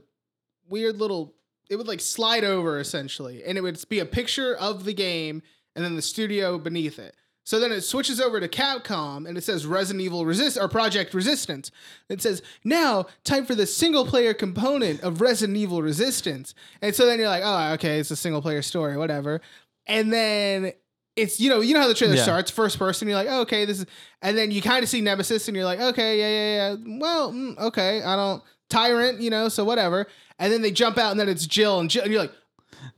Speaker 3: weird little it would like slide over essentially and it would be a picture of the game and then the studio beneath it. So then it switches over to Capcom and it says Resident Evil Resist or Project Resistance. It says, now time for the single player component of Resident Evil Resistance. And so then you're like, oh, okay, it's a single player story, whatever. And then it's, you know, you know how the trailer
Speaker 2: Yeah.
Speaker 3: starts first person. You're like, oh, okay, this is, and then you kind of see Nemesis and you're like, okay, yeah, yeah, yeah. Well, mm, okay, I don't, Tyrant, you know, so whatever. And then they jump out and then it's Jill and, Jill, and you're like,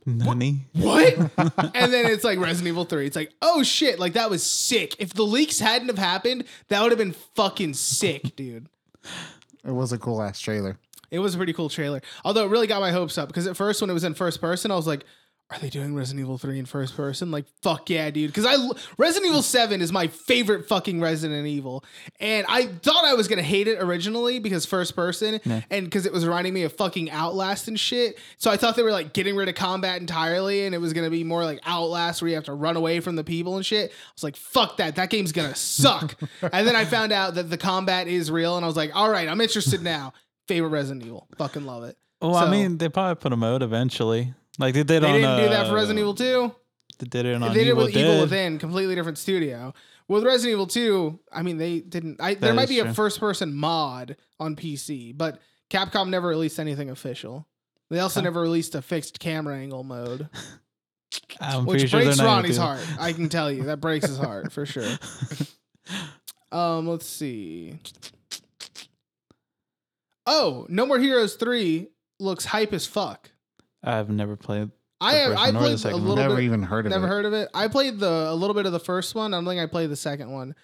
Speaker 2: Nani?
Speaker 3: what? and then it's like Resident Evil 3. It's like, oh shit, like that was sick. If the leaks hadn't have happened, that would have been fucking sick, dude.
Speaker 1: It was a cool ass trailer.
Speaker 3: It was a pretty cool trailer. Although it really got my hopes up because at first when it was in first person, I was like, are they doing Resident Evil 3 in first person? Like, fuck yeah, dude. Because I Resident Evil 7 is my favorite fucking Resident Evil. And I thought I was gonna hate it originally because first person
Speaker 2: Yeah.
Speaker 3: and because it was reminding me of fucking Outlast and shit. So I thought they were like getting rid of combat entirely and it was gonna be more like Outlast where you have to run away from the people and shit. I was like, fuck that, that game's gonna suck. and then I found out that the combat is real and I was like, all right, I'm interested now. Favorite Resident Evil. Fucking love it.
Speaker 2: Well,
Speaker 3: So-
Speaker 2: I mean, they probably put a mode eventually. Like they did
Speaker 3: They
Speaker 2: on.
Speaker 3: didn't do that
Speaker 2: uh,
Speaker 3: for Resident Evil 2.
Speaker 2: They did it on.
Speaker 3: they did it
Speaker 2: Evil
Speaker 3: with
Speaker 2: Dead.
Speaker 3: Evil Within, completely different studio. With Resident Evil 2, I mean, they didn't. I, there
Speaker 2: That
Speaker 3: might
Speaker 2: is
Speaker 3: be a
Speaker 2: true.
Speaker 3: first person mod on PC, but Capcom never released anything official. They also
Speaker 2: Okay.
Speaker 3: never released a fixed camera angle mode,
Speaker 2: I'm pretty
Speaker 3: which
Speaker 2: sure they're
Speaker 3: breaks
Speaker 2: not even
Speaker 3: Ronnie's
Speaker 2: doing-
Speaker 3: heart. I can tell you that breaks his heart for sure. Um, let's see. Oh, No More Heroes 3 looks hype as fuck.
Speaker 2: I've never played.
Speaker 3: I
Speaker 2: The
Speaker 3: have
Speaker 2: first
Speaker 3: I
Speaker 2: one or the
Speaker 3: played a
Speaker 2: second one?
Speaker 3: little
Speaker 1: Never
Speaker 3: bit.
Speaker 1: even heard of
Speaker 3: Never
Speaker 1: it.
Speaker 3: heard of it. I played the a little bit of the first one. I don't think I played the second one.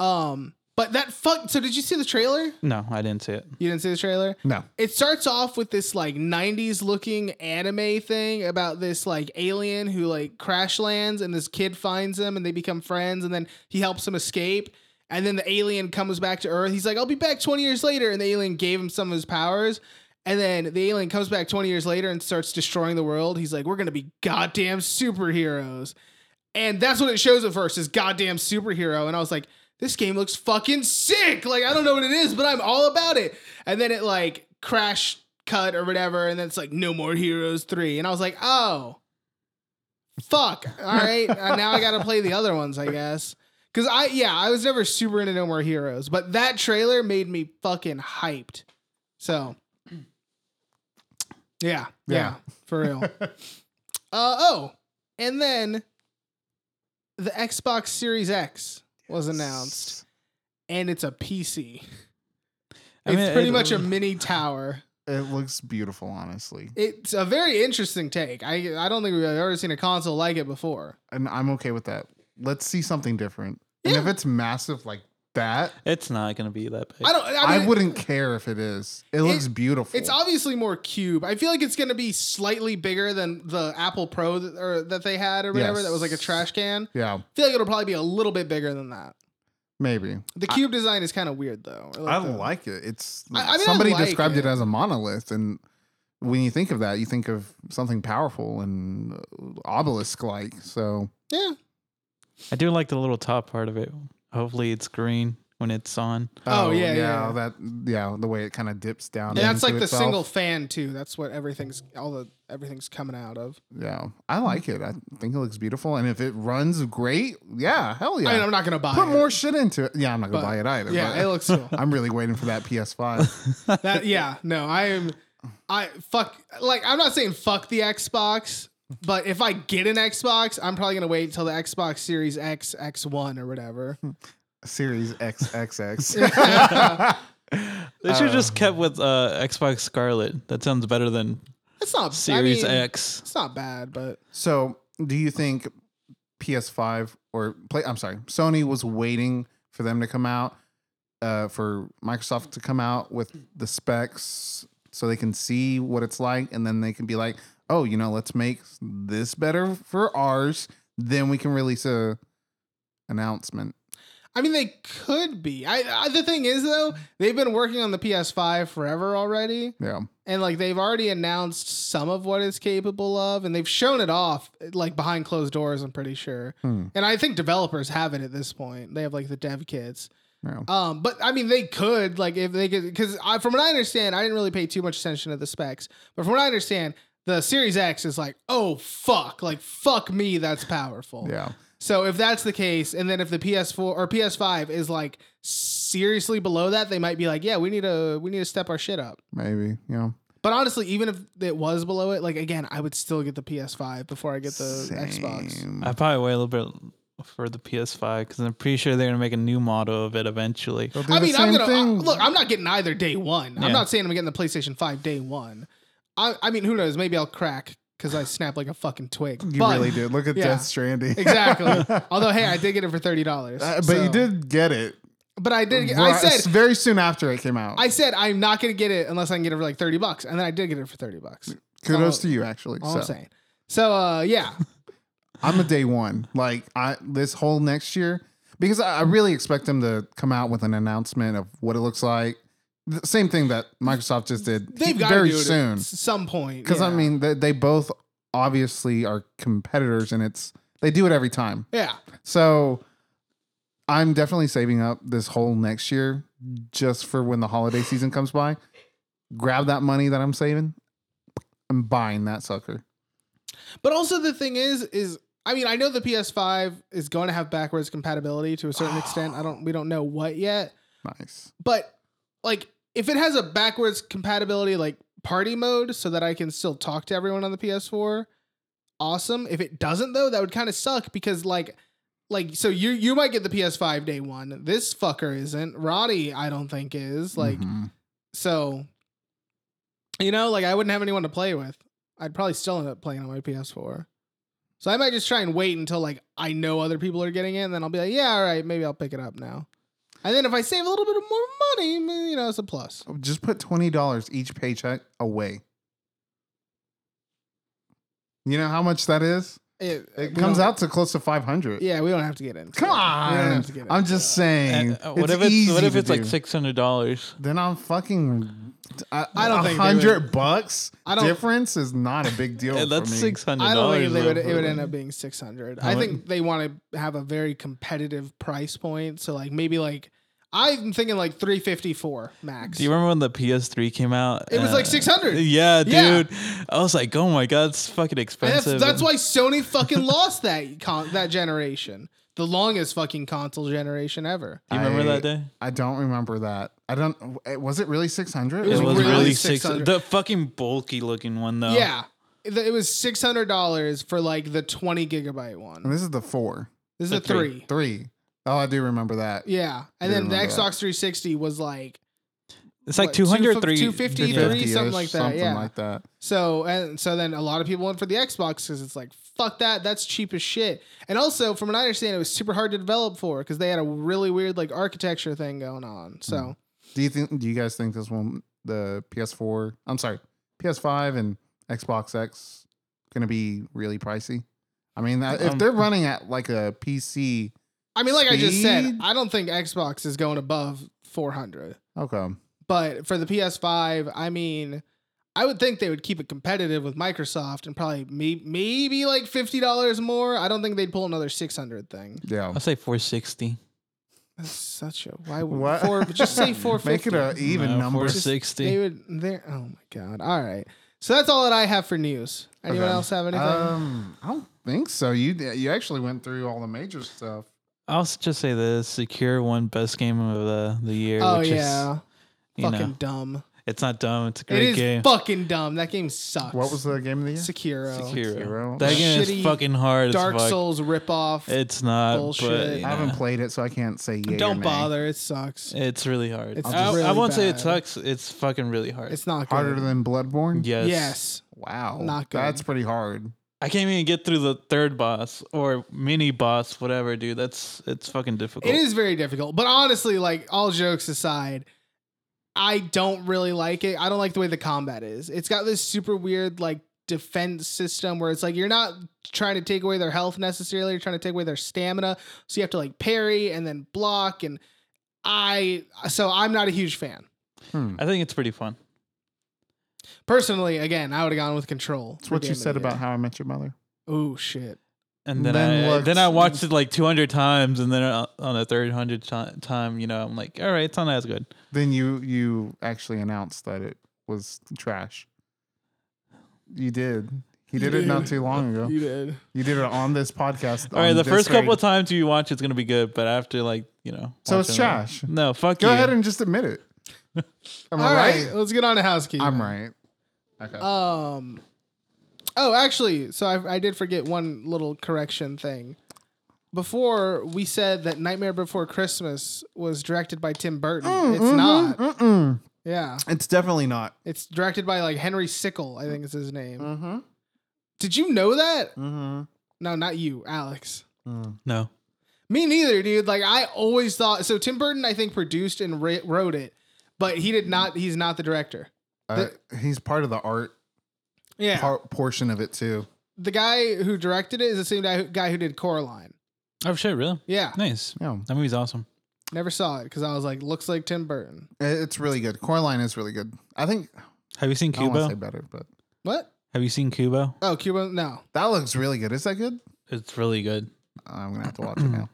Speaker 3: Um, but that fuck. So did you see the trailer?
Speaker 2: No, I didn't see it.
Speaker 3: You didn't see the trailer.
Speaker 1: No.
Speaker 3: It starts off with this like '90s looking anime thing about this like alien who like crash lands and this kid finds him and they become friends and then he helps him escape. And then the alien comes back to Earth. He's like, I'll be back 20 years later. And the alien gave him some of his powers. And then the alien comes back 20 years later and starts destroying the world. He's like, we're going to be goddamn superheroes. And that's what it shows at first is goddamn superhero. And I was like, this game looks fucking sick. Like, I don't know what it is, but I'm all about it. And then it like crash cut or whatever. And then it's like, no more heroes three. And I was like, oh, fuck. All right. Uh, now I got to play the other ones, I guess. Cause I, yeah, I was never super into No More Heroes, but that trailer made me fucking hyped. So, yeah, yeah,
Speaker 1: Yeah.
Speaker 3: for real. uh, oh, and then the Xbox Series X was announced, and it's a PC. It's
Speaker 2: I mean,
Speaker 3: pretty
Speaker 2: it-
Speaker 3: much a mini tower.
Speaker 1: It looks beautiful, honestly.
Speaker 3: It's a very interesting take. I I don't think we've ever seen a console like it before.
Speaker 1: And I'm okay with that. Let's see something different. And if it's massive like that,
Speaker 2: It's not gonna be that big.
Speaker 3: I don't. I,
Speaker 1: I,
Speaker 3: mean,
Speaker 1: wouldn't care if it is. It, looks beautiful.
Speaker 3: It's obviously more cube. I feel like it's going to be slightly bigger than the Apple Pro that, or that they had or whatever.
Speaker 1: Yes.
Speaker 3: That was like a trash can.
Speaker 1: yeah,
Speaker 3: I feel like it'll probably be a little bit bigger than that.
Speaker 1: maybe.
Speaker 3: The cube design is kind of weird though.
Speaker 1: I
Speaker 3: the-
Speaker 1: like it. It's
Speaker 3: uh, I- I mean, I
Speaker 1: somebody
Speaker 3: like
Speaker 1: described it.
Speaker 3: it.
Speaker 1: as a monolith, and when you think of that, you think of something powerful and obelisk like. So
Speaker 3: Yeah,
Speaker 2: I do like the little top part of it. Hopefully, it's green when it's on.
Speaker 3: Oh, yeah, yeah, yeah.
Speaker 1: that yeah, the way it kind of dips down.
Speaker 3: and that's like
Speaker 1: into
Speaker 3: the
Speaker 1: itself.
Speaker 3: single fan too. That's what everything's all the everything's coming out of.
Speaker 1: Yeah, I like it. I think it looks beautiful, and if it runs great, yeah, hell yeah.
Speaker 3: I mean, I'm not gonna buy
Speaker 1: Put
Speaker 3: it.
Speaker 1: more shit into it. Yeah, I'm not gonna
Speaker 3: But-
Speaker 1: buy it either.
Speaker 3: yeah,
Speaker 1: but
Speaker 3: it looks cool.
Speaker 1: I'm really waiting for that PS5.
Speaker 3: that yeah, no, I am. I fuck like I'm not saying fuck the Xbox, but if I get an Xbox, I'm probably gonna wait until the Xbox Series X X1 or whatever.
Speaker 1: Series XXX.
Speaker 2: They should have just kept with uh, Xbox Scarlet. That sounds better than
Speaker 3: It's not
Speaker 2: Series
Speaker 3: I mean,
Speaker 2: X.
Speaker 3: It's not bad, but
Speaker 1: So, do you think PS5 or play? I'm sorry, Sony was waiting for them to come out, uh, for Microsoft to come out with the specs so they can see what it's like, and then they can be like, oh, you know, let's make this better for ours. Then we can release a announcement.
Speaker 3: I mean they could be. I, I the thing is though, they've been working on the PS5 forever already,
Speaker 1: Yeah,
Speaker 3: and like they've already announced some of what it's capable of, and they've shown it off like behind closed doors. I'm pretty sure,
Speaker 1: Hmm.
Speaker 3: and I think developers have it at this point. They have like the dev kits.
Speaker 1: yeah.
Speaker 3: Um, but I mean, they could like if they could because I, from what I understand, I didn't really pay too much attention to the specs. But from what I understand, the Series X is like, oh fuck, like fuck me, that's powerful.
Speaker 1: yeah.
Speaker 3: So if that's the case, and then if the PS4 or PS5 is like seriously below that, they might be like, yeah, we need to we need to step our shit up.
Speaker 1: Maybe, yeah.
Speaker 3: But honestly, even if it was below it, like again, I would still get the PS5 before I get the Uh, Xbox.
Speaker 1: Same.
Speaker 2: I probably wait a little bit for the PS5 because I'm pretty sure they're gonna make a new model of it eventually.
Speaker 1: They'll
Speaker 2: uh,
Speaker 1: do
Speaker 3: I
Speaker 1: the
Speaker 3: mean, I'm
Speaker 1: same
Speaker 3: gonna I-
Speaker 1: thing.
Speaker 3: look. I'm not getting either day one. I'm
Speaker 2: Yeah.
Speaker 3: not saying I'm getting the PlayStation Five day one. I, I mean, who knows? Maybe I'll crack because I snap like a fucking twig.
Speaker 1: you
Speaker 3: But-
Speaker 1: really did. Look at
Speaker 3: yeah.
Speaker 1: Death Stranding.
Speaker 3: exactly. Although, hey, I did get it for thirty dollars.
Speaker 1: Uh, but you did get it.
Speaker 3: But I did. Get, I
Speaker 1: Right,
Speaker 3: said.
Speaker 1: very soon after it came out.
Speaker 3: I said I'm not gonna get it unless I can get it for like thirty bucks, and then I did get it for thirty bucks.
Speaker 1: Kudos
Speaker 3: all-
Speaker 1: to you, actually.
Speaker 3: All
Speaker 1: so.
Speaker 3: I'm saying. So uh, yeah,
Speaker 1: I'm a day one. Like I this whole next year because I, I really expect them to come out with an announcement of what it looks like. The same thing that Microsoft just did
Speaker 3: they've got
Speaker 1: very
Speaker 3: to do it
Speaker 1: soon.
Speaker 3: at s- some point.
Speaker 1: Because I
Speaker 3: yeah.
Speaker 1: mean, they, they both obviously are competitors, and it's they do it every time.
Speaker 3: yeah,
Speaker 1: So I'm definitely saving up this whole next year just for when the holiday season comes by. Grab that money that I'm saving. I'm buying that sucker.
Speaker 3: but also the thing is, is I mean, I know the PS5 is going to have backwards compatibility to a certain extent. I don't, we don't know what yet,
Speaker 1: Nice.
Speaker 3: but like if it has a backwards compatibility like party mode, so that I can still talk to everyone on the PS4, awesome. If it doesn't though, that would kind of suck because like. Like so, you you might get the PS5 day one. This fucker isn't. Roddy, I don't think is. Like,
Speaker 1: Mhm.
Speaker 3: So, you know, like I wouldn't have anyone to play with. I'd probably still end up playing on my PS4. So I might just try and wait until like I know other people are getting it, and then I'll be like, yeah, all right, maybe I'll pick it up now. And then if I save a little bit more money, mm, you know, it's a plus.
Speaker 1: just put twenty dollars each paycheck away. You know how much that is?
Speaker 3: It,
Speaker 1: It
Speaker 3: we
Speaker 1: comes
Speaker 3: don't-
Speaker 1: out to close to five hundred.
Speaker 3: Yeah, we don't have to get into
Speaker 1: Come
Speaker 3: it. We don't
Speaker 1: on.
Speaker 3: have to get
Speaker 1: I'm
Speaker 3: into
Speaker 1: just
Speaker 3: it.
Speaker 1: saying.
Speaker 2: Uh, what
Speaker 1: it's
Speaker 2: if it's what
Speaker 1: easy
Speaker 2: if
Speaker 1: to
Speaker 2: it's like
Speaker 1: do.
Speaker 2: six hundred dollars?
Speaker 1: Then I'm fucking. I,
Speaker 3: I don't
Speaker 1: a
Speaker 3: think they
Speaker 1: hundred bucks
Speaker 3: I don't-
Speaker 1: difference is not a big deal.
Speaker 2: That's
Speaker 1: for me.
Speaker 2: six hundred
Speaker 3: I
Speaker 2: dollars.
Speaker 3: don't think they would, it would end up being 600.
Speaker 2: How
Speaker 3: I
Speaker 2: mu-
Speaker 3: think they want to have a very competitive price point. So, like, maybe like, I'm thinking like 354 max.
Speaker 2: Do you remember when the PS3 came out? Uh,
Speaker 3: It was like 600.
Speaker 2: Yeah,
Speaker 3: Yeah.
Speaker 2: dude. I was like, oh my god, it's fucking
Speaker 3: And That's,
Speaker 2: expensive.
Speaker 3: that's why Sony fucking lost that con- that generation, the longest fucking console generation ever.
Speaker 2: Do you remember
Speaker 1: I-
Speaker 2: that day?
Speaker 1: I don't remember that. I don't. it- Was it really six hundred?
Speaker 3: It was
Speaker 2: It was
Speaker 3: really
Speaker 2: really six.
Speaker 3: 600.
Speaker 2: The fucking bulky looking one though.
Speaker 3: Yeah, it it was six hundred dollars for like the twenty gigabyte one.
Speaker 1: This is the four,
Speaker 3: This is
Speaker 2: the
Speaker 3: a three.
Speaker 1: three. Oh, I do remember that.
Speaker 3: Yeah, and
Speaker 1: Do
Speaker 3: then the
Speaker 1: remember
Speaker 3: Xbox 360 was like
Speaker 2: It's like
Speaker 3: What,
Speaker 2: 200,
Speaker 3: 250,
Speaker 2: 350.
Speaker 3: 253?
Speaker 1: 50-ish,
Speaker 2: Yeah.
Speaker 3: something like that,
Speaker 1: Something
Speaker 3: yeah.
Speaker 1: like that.
Speaker 3: so, and so then a lot of people went for the Xbox because it's like fuck that, that's cheap as shit. And also, from what I understand, it was super hard to develop for because they had a really weird like architecture thing going on. So.
Speaker 1: Do you think? Do you guys think this one, the PS4? I'm sorry, PS5 and Xbox X, gonna be really pricey? I mean, that- if
Speaker 2: Um,
Speaker 1: they're running at like a PC,
Speaker 3: I mean, like I just said,
Speaker 1: Speed?
Speaker 3: I don't think Xbox is going above 400.
Speaker 1: okay,
Speaker 3: But for the PS5, I mean, I would think they would keep it competitive with Microsoft and probably may- maybe like $50 more. I don't think they'd pull another 600 thing.
Speaker 1: yeah.
Speaker 2: I'll say 460.
Speaker 3: That's such a why would
Speaker 1: What?
Speaker 3: four just say 450.
Speaker 1: Make it a even
Speaker 2: No,
Speaker 1: number.
Speaker 2: 460.
Speaker 3: They would there oh my god. All right. So that's all that I have for news. Anyone
Speaker 1: Okay.
Speaker 3: else have anything?
Speaker 1: Um, I don't think so. You you actually went through all the major stuff.
Speaker 2: I'll s- just say this: Secure won best game of the the year.
Speaker 3: oh
Speaker 2: which
Speaker 3: yeah.
Speaker 2: is, you
Speaker 3: Fucking
Speaker 2: know,
Speaker 3: dumb.
Speaker 2: it's not dumb. It's a
Speaker 3: It
Speaker 2: great
Speaker 3: is
Speaker 2: game.
Speaker 3: fucking dumb. That game sucks.
Speaker 1: What was the game of the year?
Speaker 3: Sekiro?
Speaker 2: Sekiro.
Speaker 1: Sekiro.
Speaker 2: That game
Speaker 3: Shitty
Speaker 2: is fucking hard. as
Speaker 3: Dark
Speaker 2: fuck.
Speaker 3: Souls ripoff.
Speaker 2: It's not. But,
Speaker 3: Bullshit.
Speaker 2: you
Speaker 1: I haven't
Speaker 2: know,
Speaker 1: played it, so I can't say. Yay or
Speaker 3: Don't
Speaker 1: nay.
Speaker 3: bother. It sucks.
Speaker 2: It's really hard.
Speaker 3: It's
Speaker 2: I, I
Speaker 3: really
Speaker 2: won't say
Speaker 3: bad.
Speaker 2: it sucks. It's fucking really hard.
Speaker 3: It's not good.
Speaker 1: Harder than Bloodborne.
Speaker 2: yes.
Speaker 3: yes.
Speaker 1: Wow.
Speaker 3: Not good.
Speaker 1: That's pretty hard.
Speaker 2: I can't even get through the third boss or mini boss, whatever, dude. That's it's fucking difficult.
Speaker 1: Oh.
Speaker 3: It is very difficult. But honestly, like all jokes aside, I don't really like it. I don't like the way the combat is. It's got this super weird like defense system where it's like you're not trying to take away their health necessarily, you're trying to take away their stamina. So you have to like parry and then block and I so I'm not a huge fan.
Speaker 1: Hmm.
Speaker 2: I think it's pretty fun.
Speaker 3: Personally, again, I would have gone with control.
Speaker 1: That's what you said about how I met your mother.
Speaker 3: Oh shit.
Speaker 2: And then,
Speaker 1: Then
Speaker 2: I
Speaker 1: looked-
Speaker 2: then I watched it like 200 times, and then uh, on the third hundred ti- time, you know, I'm like, all right, it's not as good.
Speaker 1: Then you you actually announced that it was trash. You did. He did it not too long ago.
Speaker 3: You did.
Speaker 1: You did it on this podcast.
Speaker 2: All right,
Speaker 1: on
Speaker 2: the
Speaker 1: this
Speaker 2: first couple
Speaker 1: very-
Speaker 2: of times you watch, it's gonna be good, but after like you know,
Speaker 1: So it's
Speaker 2: watching it-
Speaker 1: trash.
Speaker 2: No, fuck
Speaker 1: Go
Speaker 2: you.
Speaker 1: ahead and just admit it. Am I
Speaker 3: All
Speaker 1: right?
Speaker 3: right, let's get on to housekeeping.
Speaker 1: I'm right. Okay.
Speaker 3: Um. Oh, actually, so I, I did forget one little correction thing. Before we said that Nightmare Before Christmas was directed by Tim Burton.
Speaker 1: Mm,
Speaker 3: it's
Speaker 1: mm-hmm,
Speaker 3: not.
Speaker 1: Mm-mm.
Speaker 3: Yeah,
Speaker 1: It's definitely not.
Speaker 3: it's directed by like Henry Sickle, I think is his name.
Speaker 1: Mm-hmm.
Speaker 3: Did you know that?
Speaker 1: Mm-hmm.
Speaker 3: No, not you, Alex.
Speaker 2: no,
Speaker 3: Me neither, dude. Like I always thought. So Tim Burton, I think, produced and ra- wrote it, but he did not. He's not the director.
Speaker 1: Uh, he's part of the art
Speaker 3: Yeah.
Speaker 1: par- portion of it too.
Speaker 3: the guy who directed it is the same guy who, guy who did Coraline.
Speaker 2: Oh shit, really?
Speaker 3: Yeah,
Speaker 2: Nice.
Speaker 1: Yeah,
Speaker 2: That movie's awesome.
Speaker 3: never saw it because I was like, looks like Tim Burton.
Speaker 1: It- it's really good. Coraline is really good. I think
Speaker 2: Have you seen
Speaker 1: I don't want to
Speaker 2: Kubo?
Speaker 1: say better, but
Speaker 3: What?
Speaker 2: Have you seen Kubo?
Speaker 3: Oh, Cuba? No.
Speaker 1: that looks really good. Is that good?
Speaker 2: It's really good.
Speaker 1: I'm gonna have to watch it now.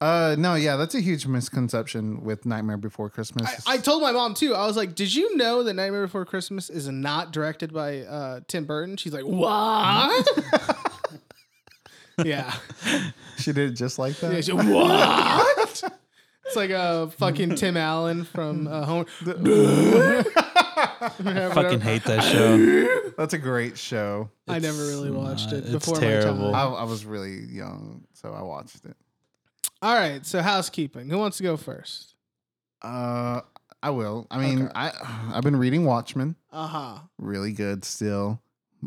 Speaker 1: Uh, no, yeah, that's a huge misconception with Nightmare Before Christmas.
Speaker 3: I, I told my mom too. I was like, "Did you know that Nightmare Before Christmas is not directed by uh, Tim Burton?" She's like, "What?" yeah.
Speaker 1: she did it just like that.
Speaker 3: Yeah, she- what? it's like a fucking Tim Allen from uh, Home.
Speaker 2: I fucking hate that show.
Speaker 1: That's a great show.
Speaker 3: I never
Speaker 2: It's
Speaker 3: really watched
Speaker 2: not-
Speaker 3: it
Speaker 2: it's
Speaker 3: before
Speaker 2: terrible.
Speaker 3: my
Speaker 1: I,
Speaker 3: time.
Speaker 1: I was really young, so I watched it.
Speaker 3: All right, so housekeeping. Who wants to go first?
Speaker 1: Uh, I will. I mean,
Speaker 3: Okay.
Speaker 1: I I've been reading Watchmen.
Speaker 3: Uh huh.
Speaker 1: Really good, still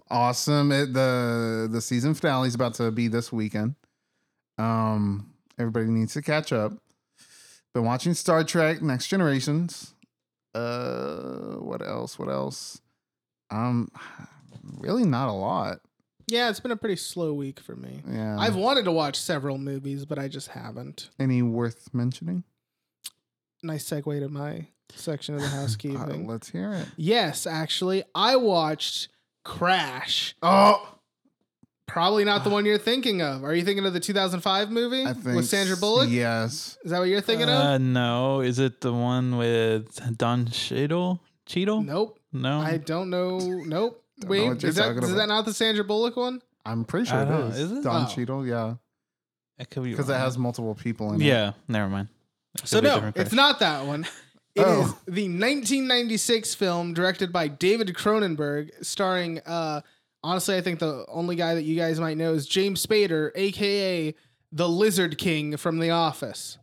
Speaker 1: awesome. It, the the season finale is about to be this weekend. Um, everybody needs to catch up. Been watching Star Trek: Next Generations. Uh, what else? What else? Um, really not a lot.
Speaker 3: Yeah, it's been a pretty slow week for me.
Speaker 2: Uh,
Speaker 1: Yeah.
Speaker 3: I've wanted to watch several movies, but I just haven't.
Speaker 1: any worth mentioning?
Speaker 3: Nice segue to my section of the
Speaker 1: Uh,
Speaker 3: housekeeping.
Speaker 1: let's hear it.
Speaker 3: Yes, actually, I watched Crash.
Speaker 1: Oh,
Speaker 3: Probably not the one you're thinking of. Are you thinking of the 2005 movie
Speaker 1: I think
Speaker 3: with Sandra Bullock?
Speaker 1: Yes.
Speaker 3: Is that what you're thinking
Speaker 2: Uh, no, is it the one with Don Cheadle? Cheadle?
Speaker 3: of? Nope.
Speaker 2: no.
Speaker 3: I don't know. Nope.
Speaker 1: Don't know
Speaker 3: Wait,
Speaker 1: what you're
Speaker 3: is, that,
Speaker 1: talking
Speaker 3: is
Speaker 1: about.
Speaker 3: that not the Sandra Bullock one?
Speaker 1: I'm pretty
Speaker 2: I
Speaker 1: sure
Speaker 2: don't
Speaker 1: it
Speaker 2: know.
Speaker 1: is.
Speaker 2: Is it?
Speaker 1: Don
Speaker 3: Oh.
Speaker 1: Cheadle, yeah,
Speaker 2: It could be
Speaker 1: because it
Speaker 2: wrong.
Speaker 1: has multiple people in it.
Speaker 2: Yeah, never mind. It could
Speaker 3: So
Speaker 2: be a
Speaker 3: no,
Speaker 2: different
Speaker 3: it's
Speaker 2: question.
Speaker 3: not that one. It is
Speaker 1: Oh.
Speaker 3: the 1996 film directed by David Cronenberg, starring. Uh, honestly, I think the only guy that you guys might know is James Spader, aka the Lizard King from The Office.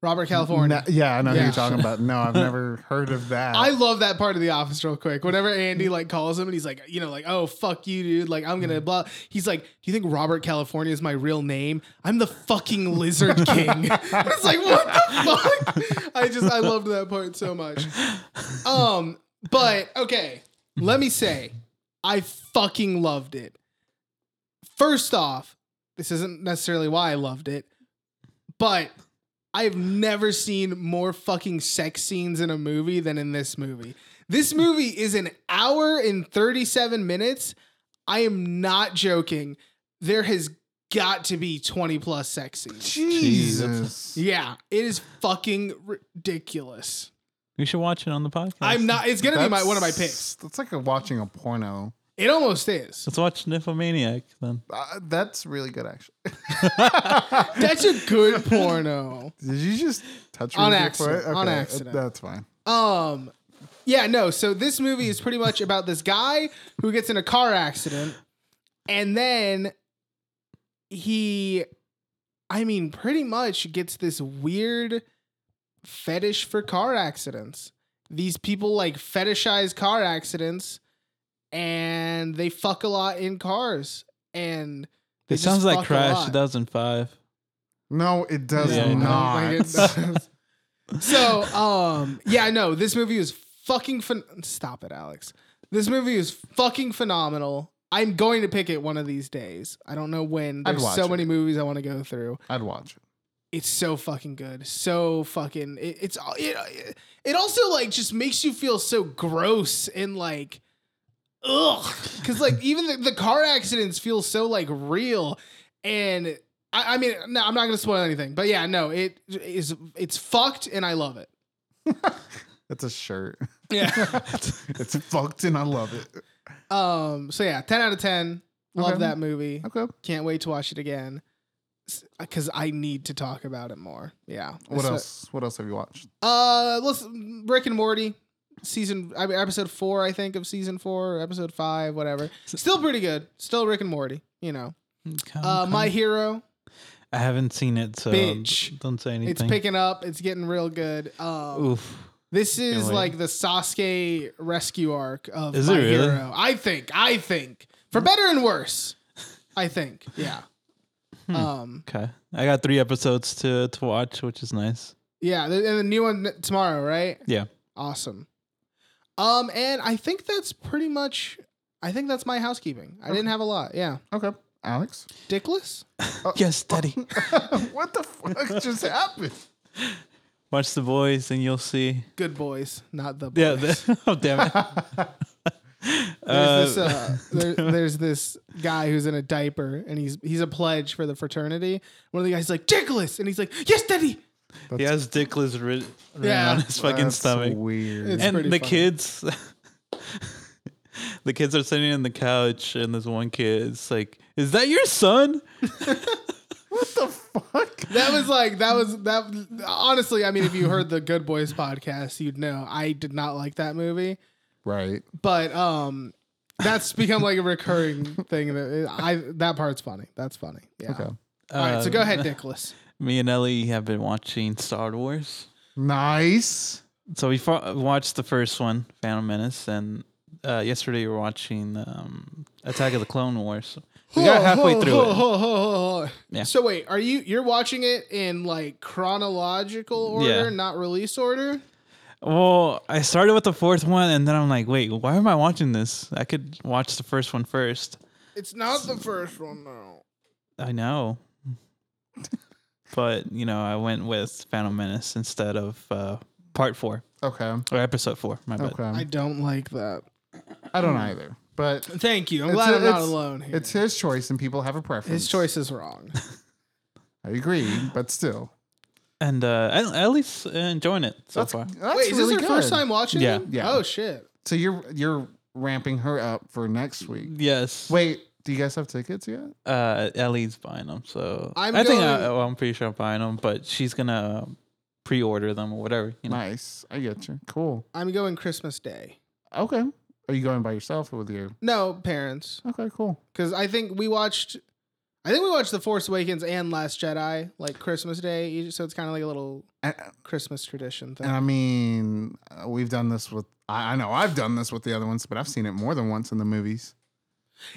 Speaker 3: Robert California.
Speaker 1: No- yeah, I know who
Speaker 3: Yeah.
Speaker 1: you're talking about. No, I've never heard of that.
Speaker 3: I love that part of the office real quick. Whenever Andy like calls him and he's like, you know, like, oh fuck you, dude. Like I'm gonna blah. He's like, do you think Robert California is my real name? I'm the fucking Lizard King. it's like what the fuck? I just I loved that part so much. Um, but okay, let me say, I fucking loved it. First off, this isn't necessarily why I loved it, but I have never seen more fucking sex scenes in a movie than in this movie. This movie is an hour and 37 minutes. I am not joking. There has got to be 20 plus sex scenes.
Speaker 1: Jesus.
Speaker 3: Yeah, it is fucking ridiculous.
Speaker 2: We should watch it on the podcast.
Speaker 3: I'm not, it's gonna be my one of my picks.
Speaker 1: That's- That's like a, watching a porno.
Speaker 3: It almost is.
Speaker 2: Let's watch Nymphomaniac then.
Speaker 1: Uh, that's really good, actually.
Speaker 3: That's a good porno.
Speaker 1: Did you just touch me
Speaker 3: On
Speaker 1: with your
Speaker 3: accident,
Speaker 1: foot?
Speaker 3: on
Speaker 1: Okay,
Speaker 3: accident.
Speaker 1: That's fine.
Speaker 3: Um, yeah, no. So this movie is pretty much about this guy who gets in a car accident, and then he, I mean, pretty much gets this weird fetish for car accidents. These people like fetishize car accidents, and they fuck a lot in cars. And they
Speaker 2: It
Speaker 3: just
Speaker 2: sounds
Speaker 3: fuck
Speaker 2: like
Speaker 3: a
Speaker 2: Crash
Speaker 3: lot.
Speaker 2: 2005.
Speaker 1: No, it does
Speaker 2: Yeah, I know.
Speaker 1: not.
Speaker 3: Like, it does. so, um, yeah, no, this movie was fucking. Phen- Stop it, Alex. This movie is fucking phenomenal. I'm going to pick it one of these days. I don't know when.
Speaker 1: I'd
Speaker 3: There's
Speaker 1: watch
Speaker 3: so
Speaker 1: it.
Speaker 3: many movies I want to go through.
Speaker 1: I'd watch it.
Speaker 3: It's so fucking good. So fucking. It, it's all. It, it also like just makes you feel so gross and like. Ugh, because like even the, the car accidents feel so like real, and I, I mean, no, I'm not gonna spoil anything, but yeah, no, it is it's fucked, and I love it.
Speaker 1: It's a shirt.
Speaker 3: Yeah.
Speaker 1: it's fucked and I love it.
Speaker 3: um. So yeah, ten out of ten. Love
Speaker 1: Okay.
Speaker 3: that movie.
Speaker 1: Okay.
Speaker 3: Can't wait to watch it again, because I need to talk about it more. Yeah.
Speaker 1: What
Speaker 3: So-
Speaker 1: else? What else have you watched?
Speaker 3: Uh, listen, Rick and Morty season I mean, episode four, I think of season four, or episode five, whatever. Still pretty good. Still Rick and Morty. You know. Uh, my hero.
Speaker 2: I haven't seen it, so
Speaker 3: Bitch.
Speaker 2: don't say anything.
Speaker 3: It's picking up. It's getting real good. Um,
Speaker 2: Oof.
Speaker 3: This is
Speaker 2: wait.
Speaker 3: like the Sasuke rescue arc of
Speaker 2: Is it
Speaker 3: my
Speaker 2: really?
Speaker 3: hero. I think. I think. For better and worse. I think. Yeah.
Speaker 2: Hmm.
Speaker 3: Um.
Speaker 2: Okay. I got three episodes to, to watch, which is nice.
Speaker 3: Yeah. th- And the new one tomorrow, right?
Speaker 2: Yeah.
Speaker 3: Awesome. Um. And I think that's pretty much I think that's my housekeeping. I didn't have a lot. Yeah.
Speaker 1: Okay, Alex.
Speaker 3: Dickless?
Speaker 2: Yes, Daddy.
Speaker 1: what the fuck just happened?
Speaker 2: Watch the boys and you'll see.
Speaker 3: Good boys, not the boys.
Speaker 2: Yeah. The, oh damn it.
Speaker 3: There's, this, uh, there, there's this guy who's in a diaper and he's he's a pledge for the fraternity. One of the guys is like, Dickless! And he's like, Yes, Daddy!
Speaker 2: he has Dickless writ- written
Speaker 3: Yeah.
Speaker 2: on his fucking
Speaker 1: That's
Speaker 2: stomach.
Speaker 1: Weird.
Speaker 3: It's-
Speaker 2: and the
Speaker 3: pretty funny.
Speaker 2: kids the kids are sitting on the couch and this one kid's like is that your son
Speaker 1: what the fuck?
Speaker 3: That was like that was that honestly, I mean, if you heard the Good Boys podcast, you'd know I did not like that movie.
Speaker 1: Right.
Speaker 3: But um that's become like a recurring thing that I that part's funny. That's funny. Yeah.
Speaker 1: Okay.
Speaker 3: All right, so
Speaker 2: Um,
Speaker 3: go ahead, Dickless.
Speaker 2: me and ellie have been watching star wars
Speaker 1: Nice.
Speaker 2: so we fo- watched the first one phantom menace and uh, yesterday we were watching um, attack of the clone wars we got halfway through it Yeah.
Speaker 3: So wait, are you you're watching it in like chronological order,
Speaker 2: Yeah.
Speaker 3: not release order?
Speaker 2: well i started with the fourth one and then i'm like wait why am i watching this i could watch the first one first
Speaker 3: It's not the first one though.
Speaker 2: I know. but, you know, I went with Phantom Menace instead of uh, part four
Speaker 1: Okay.
Speaker 2: or episode four. My bad.
Speaker 1: Okay.
Speaker 3: I don't like that.
Speaker 1: I don't either. But
Speaker 3: Thank you. I'm
Speaker 1: It's
Speaker 3: glad
Speaker 1: a-
Speaker 3: I'm not
Speaker 1: it's-
Speaker 3: alone here.
Speaker 1: it's his choice, and people have a preference.
Speaker 3: His choice is wrong.
Speaker 1: I agree, but still,
Speaker 2: And uh, at, at least uh, enjoying it so
Speaker 1: that's,
Speaker 2: far.
Speaker 1: that's
Speaker 3: wait, is this
Speaker 1: really
Speaker 3: your first
Speaker 1: good.
Speaker 3: time watching?
Speaker 2: Yeah.
Speaker 3: it?
Speaker 1: Yeah.
Speaker 3: Oh shit.
Speaker 1: So you're you're ramping her up for next week.
Speaker 2: Yes.
Speaker 1: Wait, do you guys have tickets yet?
Speaker 2: Uh, Ellie's buying them. So i
Speaker 3: I'm
Speaker 2: think I,
Speaker 3: going-
Speaker 2: well, I'm pretty sure I'm buying them, but she's going to pre order them or whatever. You know?
Speaker 1: Nice. I get you. Cool.
Speaker 3: I'm going Christmas Day.
Speaker 1: Okay. Are you going by yourself or with your?
Speaker 3: No, parents.
Speaker 1: Okay. Cool.
Speaker 3: Because I think we watched I think we watched The Force Awakens and Last Jedi, like Christmas Day, each- so it's kind of like a little
Speaker 1: And,
Speaker 3: Christmas tradition thing.
Speaker 1: and I mean, uh, we've done this with. I, I know I've done this with the other ones, but I've seen it more than once in the movies.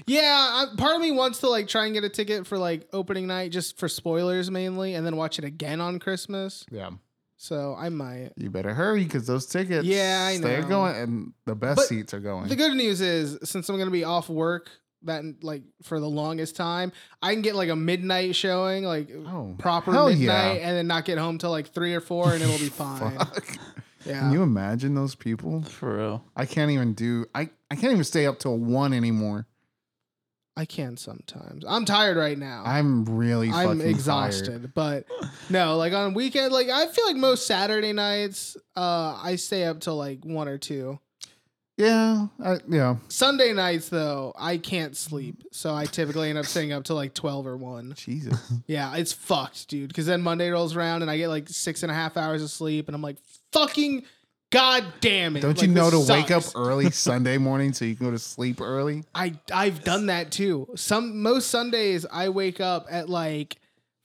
Speaker 3: Yeah, I, part of me wants to like try and get a ticket for like opening night just for spoilers mainly, and then watch it again on Christmas.
Speaker 1: Yeah.
Speaker 3: So I might.
Speaker 1: You better hurry because those tickets.
Speaker 3: Yeah, I
Speaker 1: They're
Speaker 3: know.
Speaker 1: going, and the best
Speaker 3: But
Speaker 1: seats are going.
Speaker 3: The good news is since I'm gonna be off work that like for the longest time, I can get like a midnight showing, like
Speaker 1: oh,
Speaker 3: proper
Speaker 1: hell
Speaker 3: midnight,
Speaker 1: yeah.
Speaker 3: and then not get home till like three or four, and it'll be fine.
Speaker 1: fuck. Can
Speaker 3: Yeah.
Speaker 1: you imagine those people?
Speaker 2: For real.
Speaker 1: I can't even do. I I can't even stay up till one anymore.
Speaker 3: I can sometimes. I'm tired right now.
Speaker 1: I'm really.
Speaker 3: Oh. I'm
Speaker 1: fucking tired.
Speaker 3: exhausted, but no, like on weekend, like I feel like most Saturday nights, uh, I stay up till like one or two.
Speaker 1: Yeah. I, yeah.
Speaker 3: Sunday nights though, I can't sleep, so I typically end up staying up till like twelve or one.
Speaker 1: Jesus.
Speaker 3: Yeah, it's fucked, dude. Because then Monday rolls around and I get like six and a half hours of sleep, and I'm like, fucking, god damn it!
Speaker 1: Don't
Speaker 3: Like,
Speaker 1: you know to
Speaker 3: this
Speaker 1: wake up
Speaker 3: sucks.
Speaker 1: early Sunday morning so you can go to sleep early?
Speaker 3: I I've done that too. Some most Sundays I wake up at like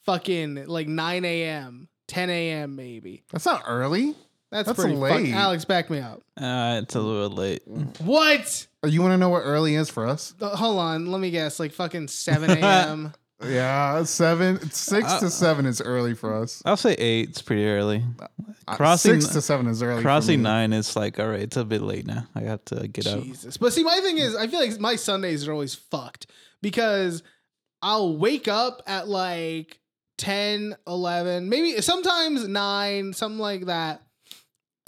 Speaker 3: fucking like nine a.m., ten a.m. maybe.
Speaker 1: That's not early.
Speaker 3: That's,
Speaker 1: That's
Speaker 3: pretty
Speaker 1: late.
Speaker 3: late. Alex, back me up.
Speaker 2: Uh,
Speaker 3: Mm.
Speaker 2: it's a little late.
Speaker 3: What?
Speaker 1: Oh, You want to know what early is for us?
Speaker 3: Uh, hold on, let me guess. Like fucking seven a.m.
Speaker 1: Yeah, seven, it's six
Speaker 2: Uh,
Speaker 1: to seven is early for us.
Speaker 2: I'll say eight's pretty early.
Speaker 1: Uh,
Speaker 2: Crossing-
Speaker 1: six to seven is early. for
Speaker 2: Crossing
Speaker 1: me.
Speaker 2: nine is like, all right, it's a bit late now. I have to get up.
Speaker 3: Jesus. But see, my thing is, I feel like my Sundays are always fucked because I'll wake up at like 10, 11, maybe sometimes 9, something like that.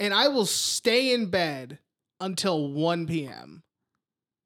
Speaker 3: And I will stay in bed until 1 p.m.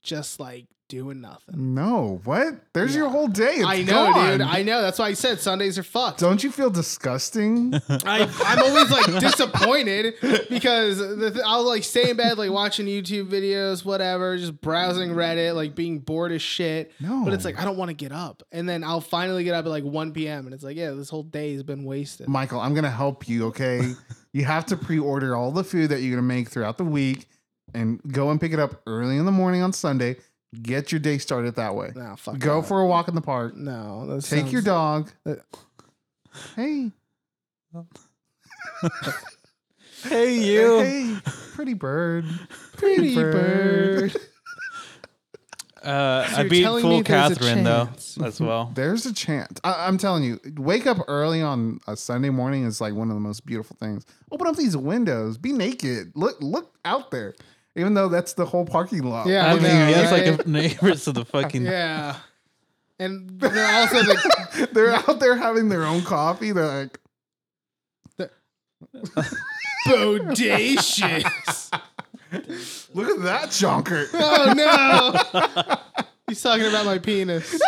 Speaker 3: just like doing nothing.
Speaker 1: No, what? There's your
Speaker 3: Yeah.
Speaker 1: whole day. It's
Speaker 3: I know,
Speaker 1: gone.
Speaker 3: dude. I know. That's why I said Sundays are fucked.
Speaker 1: Don't you feel disgusting?
Speaker 3: I, I'm always like disappointed because the th- I'll like stay in bed, like watching YouTube videos, whatever, just browsing Reddit, like being bored as shit.
Speaker 1: No.
Speaker 3: But it's like, I don't want to get up. And then I'll finally get up at like 1 p.m. And it's like, yeah, this whole day has been wasted.
Speaker 1: Michael, I'm gonna help you. Okay, you have to pre-order all the food that you're gonna make throughout the week, and go and pick it up early in the morning on Sunday. Get your day started that way.
Speaker 3: no, fuck.
Speaker 1: Go
Speaker 3: that.
Speaker 1: for a walk in the park.
Speaker 3: No. That
Speaker 1: Take your
Speaker 3: sounds-
Speaker 1: dog.
Speaker 3: Uh,
Speaker 1: Hey,
Speaker 2: Hey, you.
Speaker 1: hey, pretty bird.
Speaker 3: Pretty bird.
Speaker 2: Uh,
Speaker 3: So
Speaker 2: I
Speaker 3: you're
Speaker 2: beat
Speaker 3: telling
Speaker 2: full
Speaker 3: me there's a
Speaker 2: Catherine though
Speaker 3: chance.
Speaker 2: as well.
Speaker 1: There's a chance. I, I'm telling you, wake up early on a Sunday morning is like one of the most beautiful things. Open up these windows. Be naked. Look, look out there. Even though that's the whole parking lot.
Speaker 3: Yeah,
Speaker 2: I
Speaker 3: I
Speaker 2: mean,
Speaker 3: know,
Speaker 2: that's
Speaker 3: right?
Speaker 2: like a neighbors of the fucking.
Speaker 3: Yeah. And they're also the,
Speaker 1: They're out there having their own coffee. They're like,
Speaker 3: bodacious.
Speaker 1: look at that jonker.
Speaker 3: Oh no. He's talking about my penis.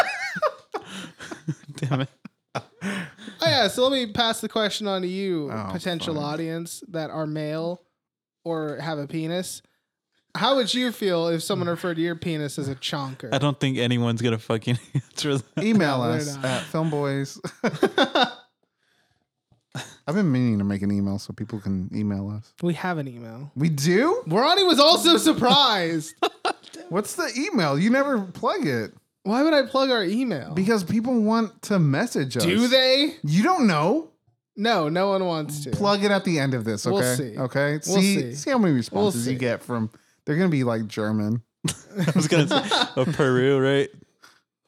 Speaker 2: Damn it.
Speaker 3: Oh yeah, so let me pass the question on to you,
Speaker 1: Oh,
Speaker 3: potential
Speaker 1: fuck.
Speaker 3: audience that are male or have a penis. How would you feel if
Speaker 1: Hmm.
Speaker 3: someone referred to your penis as a chonker?
Speaker 2: I don't think anyone's gonna fucking answer that.
Speaker 1: Email
Speaker 3: No, they're
Speaker 1: us
Speaker 3: not.
Speaker 1: at filmboys. I've been meaning to make an email so people can email us.
Speaker 3: We have an email.
Speaker 1: We do?
Speaker 3: Ronnie was also surprised.
Speaker 1: What's the email? You never plug it
Speaker 3: Why would I plug our email?
Speaker 1: because people want to message us.
Speaker 3: Do they?
Speaker 1: You don't know.
Speaker 3: No, no one wants to.
Speaker 1: Plug it at the end of this, okay?
Speaker 3: We'll see.
Speaker 1: Okay.
Speaker 3: We'll
Speaker 1: see,
Speaker 3: see.
Speaker 1: see how many responses
Speaker 3: see.
Speaker 1: you get from. They're gonna be like German.
Speaker 2: I was gonna say of Peru, right?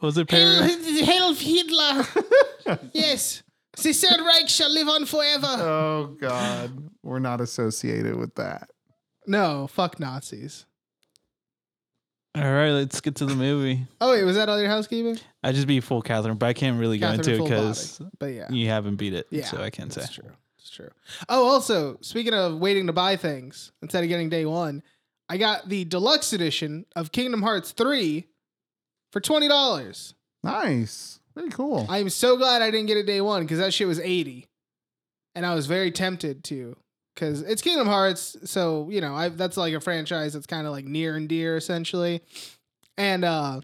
Speaker 2: Was it Peru?
Speaker 3: Help Hitler. yes. The Third Reich shall live on forever.
Speaker 1: Oh God, we're not associated with that.
Speaker 3: No, fuck Nazis.
Speaker 2: All right, let's get to the movie.
Speaker 3: Oh, wait, was that all your housekeeping?
Speaker 2: I just beat full Catherine, but I can't really go
Speaker 3: Catherine
Speaker 2: into it
Speaker 3: full body.
Speaker 2: because
Speaker 3: But yeah.
Speaker 2: you haven't beat it,
Speaker 3: Yeah,
Speaker 2: so I can't say.
Speaker 3: That's true. It's true. Oh, also, speaking of waiting to buy things instead of getting day one, I got the deluxe edition of Kingdom Hearts 3 for $20.
Speaker 1: Nice, very cool.
Speaker 3: I am so glad I didn't get it day one because that shit was 80 And I was very tempted to because it's Kingdom Hearts. So, you know, I, that's like a franchise that's kind of like near and dear essentially. And uh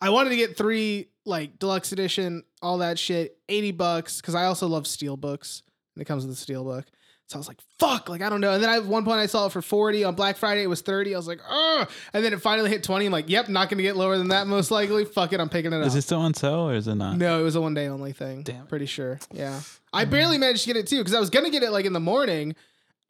Speaker 3: I wanted to get three like deluxe edition, all that shit, 80 bucks because I also love steel books and it comes with a steel book. So I was like, fuck, like I don't know. And then I, at one point I saw it for 40 on Black Friday, it was 30. I was like, oh, and then it finally hit 20. I'm like, yep, not gonna get lower than that most likely. Fuck it, I'm picking it up.
Speaker 2: Is it still on sale or is it not?
Speaker 3: uh, No, it was a one day only thing.
Speaker 2: Damn it. Mm.
Speaker 3: Pretty sure. Yeah. I barely managed to get it too because I was going to get it like in the morning.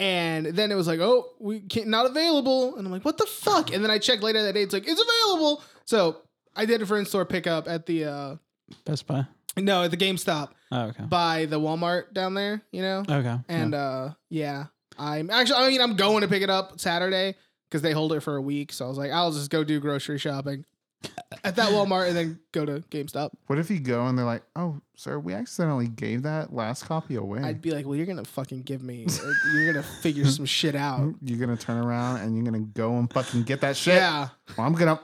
Speaker 3: And then it was like, oh, we can't, not available. And I'm like, what the fuck? And then I checked later that day. It's like, it's available. So I did it for in store pickup at the, uh,
Speaker 2: Best Buy.
Speaker 3: no, at the GameStop
Speaker 2: Oh, okay.
Speaker 3: by the Walmart down there, you know?
Speaker 2: Okay.
Speaker 3: And, uh, yeah, I'm actually, I mean, I'm going to pick it up Saturday because they hold it for a week. So I was like, I'll just go do grocery shopping at that Walmart and then go to GameStop.
Speaker 1: what if you go and they're like, "Oh, sir, we accidentally gave that last copy away."
Speaker 3: I'd be like, well, you're gonna fucking give me, uh, you're gonna figure some shit out.
Speaker 1: You're gonna turn around and you're gonna go and fucking get that shit.
Speaker 3: Yeah,
Speaker 1: Well, I'm gonna.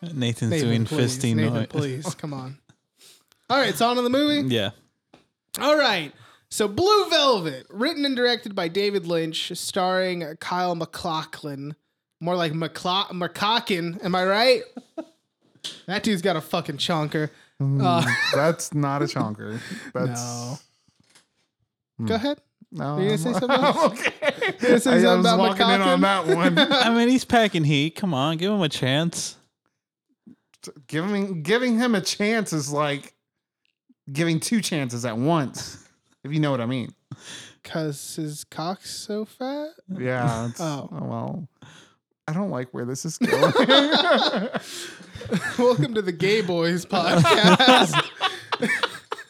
Speaker 2: Yeah. Nathan's
Speaker 3: uh, Nathan,
Speaker 2: doing
Speaker 3: please,
Speaker 2: fisting
Speaker 3: Nathan,
Speaker 2: noise.
Speaker 3: please, come on. All right, so on to the
Speaker 1: Mm.
Speaker 3: movie.
Speaker 2: Yeah.
Speaker 3: All right, so Blue Velvet, written and directed by David Lynch, starring Kyle MacLachlan, more like McCla- McCockin. Am I right? that dude's got a fucking chonker. Uh,
Speaker 1: Mm, That's not a chonker. That's Hmm.
Speaker 3: Go ahead.
Speaker 1: no.
Speaker 3: You gonna say something?
Speaker 1: I'm
Speaker 3: else?
Speaker 1: okay.
Speaker 3: You gonna say
Speaker 1: I, I
Speaker 3: something
Speaker 1: was
Speaker 3: about
Speaker 1: walking in on
Speaker 3: McCockin?
Speaker 1: that one.
Speaker 2: I mean, he's packing heat. Come on, give him a chance.
Speaker 1: giving giving him a chance is like giving two chances at once. If you know what I mean.
Speaker 3: Cause his cock's so fat.
Speaker 1: Yeah. it's-
Speaker 3: Oh.
Speaker 1: oh. well. I don't like where this is going.
Speaker 3: Welcome to the Gay Boys podcast.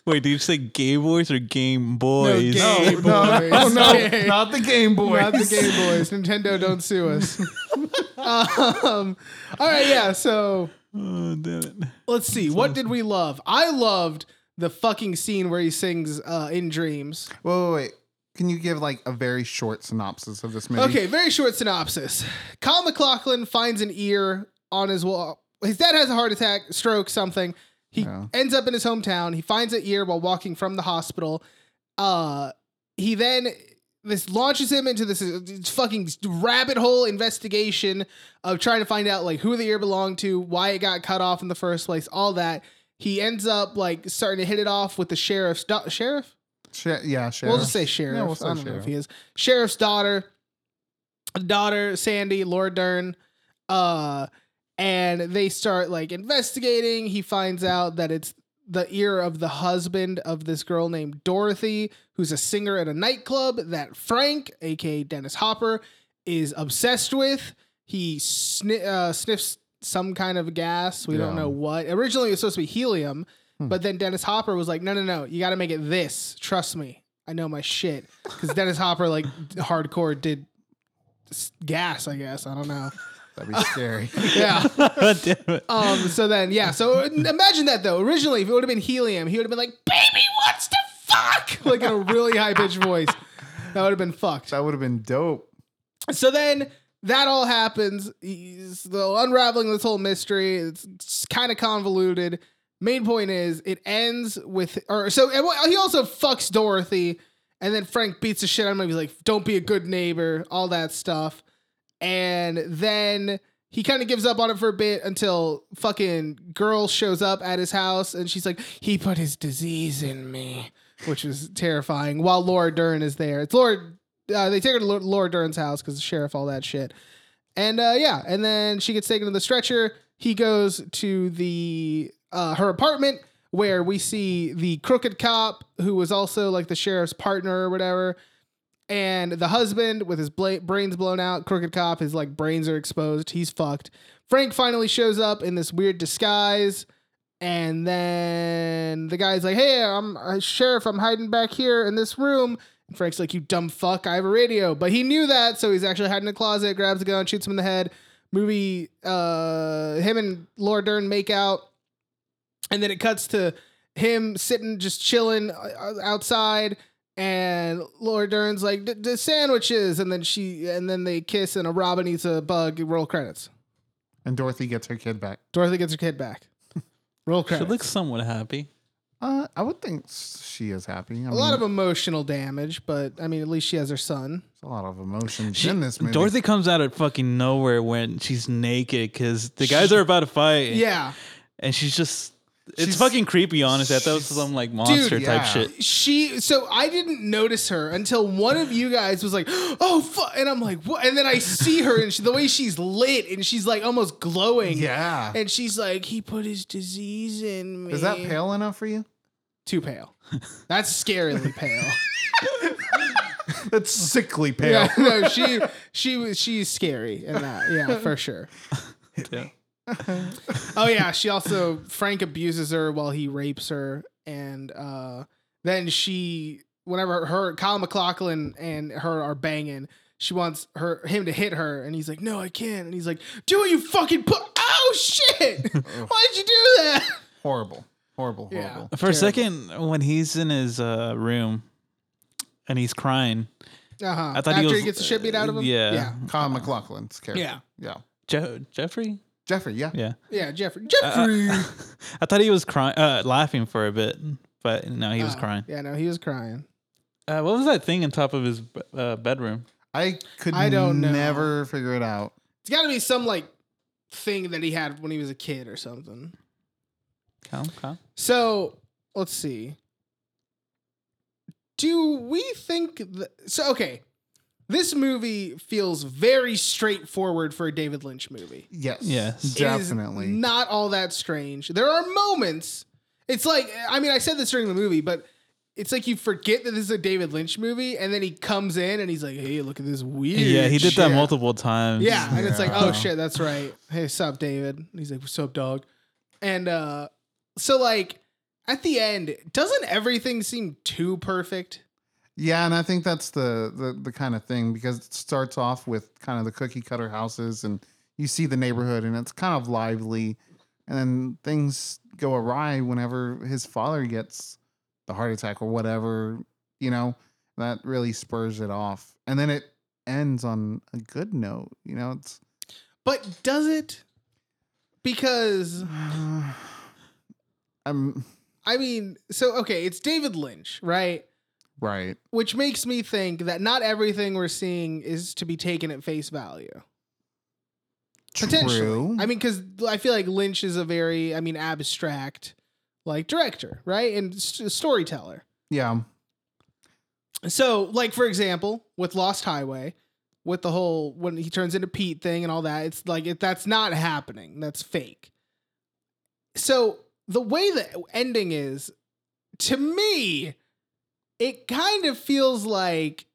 Speaker 2: Wait, did you say gay boys or game boys?
Speaker 3: gay.
Speaker 1: no, no, no,
Speaker 3: Boys.
Speaker 1: no, not the Game Boy.
Speaker 3: Not the Game Boys. Nintendo, don't sue us. um, all right, yeah. So
Speaker 2: Oh, damn it.
Speaker 3: let's see. What did we love? I loved the fucking scene where he sings uh, "In Dreams."
Speaker 1: Wait, wait, wait. Can you give like a very short synopsis of this movie?
Speaker 3: Okay, very short synopsis. Kyle McLaughlin finds an ear on his wall. His dad has a heart attack, stroke, something. He
Speaker 1: Yeah.
Speaker 3: ends up in his hometown. He finds an ear while walking from the hospital. Uh, he then this launches him into this uh, fucking rabbit hole investigation of trying to find out like who the ear belonged to, why it got cut off in the first place, all that. He ends up like starting to hit it off with the sheriff's da- sheriff.
Speaker 1: Sher- yeah, sure.
Speaker 3: We'll just say sheriff.
Speaker 1: we'll say
Speaker 3: I don't know
Speaker 1: sheriff.
Speaker 3: if he is. Sheriff's daughter, daughter Sandy, Laura Dern, uh, and they start like investigating. He finds out that it's the ear of the husband of this girl named Dorothy, who's a singer at a nightclub that Frank, aka Dennis Hopper, is obsessed with. He sni- uh, sniffs some kind of gas. We don't
Speaker 1: Yeah.
Speaker 3: know what. Originally, it was supposed to be helium,
Speaker 1: Hmm.
Speaker 3: but then Dennis Hopper was like, "No, no, no! You got to make it this. Trust me, I know my shit because Dennis Hopper like hardcore did s- gas. I guess I don't know.
Speaker 1: That'd be scary.
Speaker 3: Yeah.
Speaker 2: Damn it.
Speaker 3: Um, so then, yeah. So imagine that though. Originally, if it would have been helium, he would have been like, "Baby, what's the fuck?" Like in a really high pitched voice. That would have been fucked.
Speaker 1: that would have been dope.
Speaker 3: So then that all happens. He's the unraveling this whole mystery. It's kind of convoluted. Main point is it ends with, or so and well, he also fucks Dorothy, and then Frank beats the shit out of him. He's like, "Don't be a good neighbor," all that stuff, and then he kind of gives up on it for a bit until fucking girl shows up at his house and she's like, "He put his disease in me," which is terrifying. While Laura Dern is there, it's Laura uh, they take her to Lo- Laura Dern's house because the sheriff, all that shit. And uh, yeah, and then she gets taken to the stretcher. He goes to the uh, her apartment where we see the crooked cop who was also like the sheriff's partner or whatever, and the husband with his bla- brains blown out. Crooked cop, his like brains are exposed. He's fucked. Frank finally shows up in this weird disguise. And then the guy's like, "Hey, I'm uh, sheriff. I'm hiding back here in this room." And Frank's like, "You dumb fuck! I have a radio." But he knew that, so he's actually hiding in a closet. Grabs a gun, shoots him in the head. Movie, uh, him and Laura Dern make out, and then it cuts to him sitting just chilling uh, outside. And Laura Dern's like, "D- d- "Sandwiches," and then she, and then they kiss, and a robin eats a bug. Roll credits.
Speaker 1: And Dorothy gets her kid back.
Speaker 3: Dorothy gets her kid back. Roll
Speaker 2: She
Speaker 3: credits.
Speaker 2: looks somewhat happy.
Speaker 1: Uh, I would think she is happy. I
Speaker 3: A lot of emotional damage, but I mean, at least she has her son.
Speaker 1: a lot of emotions
Speaker 2: She-
Speaker 1: in this movie.
Speaker 2: Dorothy comes out of fucking nowhere when she's naked because the guys are about to fight.
Speaker 3: Yeah.
Speaker 2: and she's just. It's
Speaker 1: She's-
Speaker 2: fucking creepy, honestly. I thought it was
Speaker 1: she's-
Speaker 2: some like monster
Speaker 1: yeah.
Speaker 2: type shit.
Speaker 3: She, so I didn't notice her until one of you guys was like, oh, fuck. And I'm like, what? And then I see her and she, the way she's lit and she's like almost glowing.
Speaker 1: yeah.
Speaker 3: And she's like, he put his disease in me.
Speaker 1: Is that pale enough for you?
Speaker 3: Too pale. That's scarily pale.
Speaker 1: That's sickly pale.
Speaker 3: yeah. No, she, she was, she's scary in that. Yeah, for sure.
Speaker 2: Yeah.
Speaker 3: Oh yeah, she also Frank abuses her while he rapes her, and uh, then she, whenever her Kyle McLaughlin and her are banging, she wants her him to hit her, and he's like, "No, I can't," and he's like, "Do what you fucking put." Oh shit! Why did you do that?
Speaker 1: Horrible. Horrible.
Speaker 3: Yeah.
Speaker 1: Horrible.
Speaker 2: For a second, when he's in his uh, room and he's crying,
Speaker 3: Uh-huh.
Speaker 2: I thought
Speaker 3: After
Speaker 2: he
Speaker 3: he,
Speaker 2: was.
Speaker 3: gets the shit beat out of him.
Speaker 2: Yeah.
Speaker 3: yeah,
Speaker 1: Kyle McLaughlin's character.
Speaker 3: Yeah.
Speaker 1: Yeah.
Speaker 2: Je- Jeffrey?
Speaker 1: Jeffrey, yeah.
Speaker 2: Yeah.
Speaker 3: yeah. Jeffrey,
Speaker 2: Uh,
Speaker 3: Jeffrey.
Speaker 2: I- I thought he was crying, uh, laughing for a bit, but no, he was
Speaker 3: Uh,
Speaker 2: crying.
Speaker 3: Yeah, no, he was crying.
Speaker 2: Uh, what was that thing on top of his uh, bedroom?
Speaker 1: I could
Speaker 3: I don't know.
Speaker 1: never figure it out.
Speaker 3: It's got to be some like thing that he had when he was a kid or something.
Speaker 2: Calm, calm.
Speaker 3: So let's see. Do we think th- so? Okay, this movie feels very straightforward for a David Lynch movie.
Speaker 1: Yes.
Speaker 2: Yes. It is
Speaker 3: It is
Speaker 1: Definitely.
Speaker 3: not all that strange. There are moments. It's like I mean I said this during the movie, but it's like you forget that this is a David Lynch movie, and then he comes in and he's like, "Hey, look at this weird."
Speaker 2: Yeah, he did that
Speaker 3: shit."
Speaker 2: multiple times.
Speaker 3: Yeah, and it's like,
Speaker 1: Yeah.
Speaker 3: oh shit, that's right. Hey, sup, David? And he's like, what's up, dog? And uh, so like at the end, doesn't everything seem too perfect?
Speaker 1: Yeah, and I think that's the, the the kind of thing because it starts off with kind of the cookie cutter houses, and you see the neighborhood, and it's kind of lively, and then things go awry whenever his father gets the heart attack or whatever, you know, that really spurs it off, and then it ends on a good note, you know. It's
Speaker 3: But does it? Because
Speaker 1: I'm
Speaker 3: I mean, so okay, it's David Lynch, right?
Speaker 1: right,
Speaker 3: Which makes me think that not everything we're seeing is to be taken at face value. Potentially.
Speaker 1: True.
Speaker 3: I mean, because I feel like Lynch is a very, I mean, abstract, like director, right, and s storyteller.
Speaker 1: yeah,
Speaker 3: So, like for example, with Lost Highway, with the whole when he turns into Pete thing and all that, it's like it, that's not happening. That's fake. So the way the ending is, to me, it kind of feels like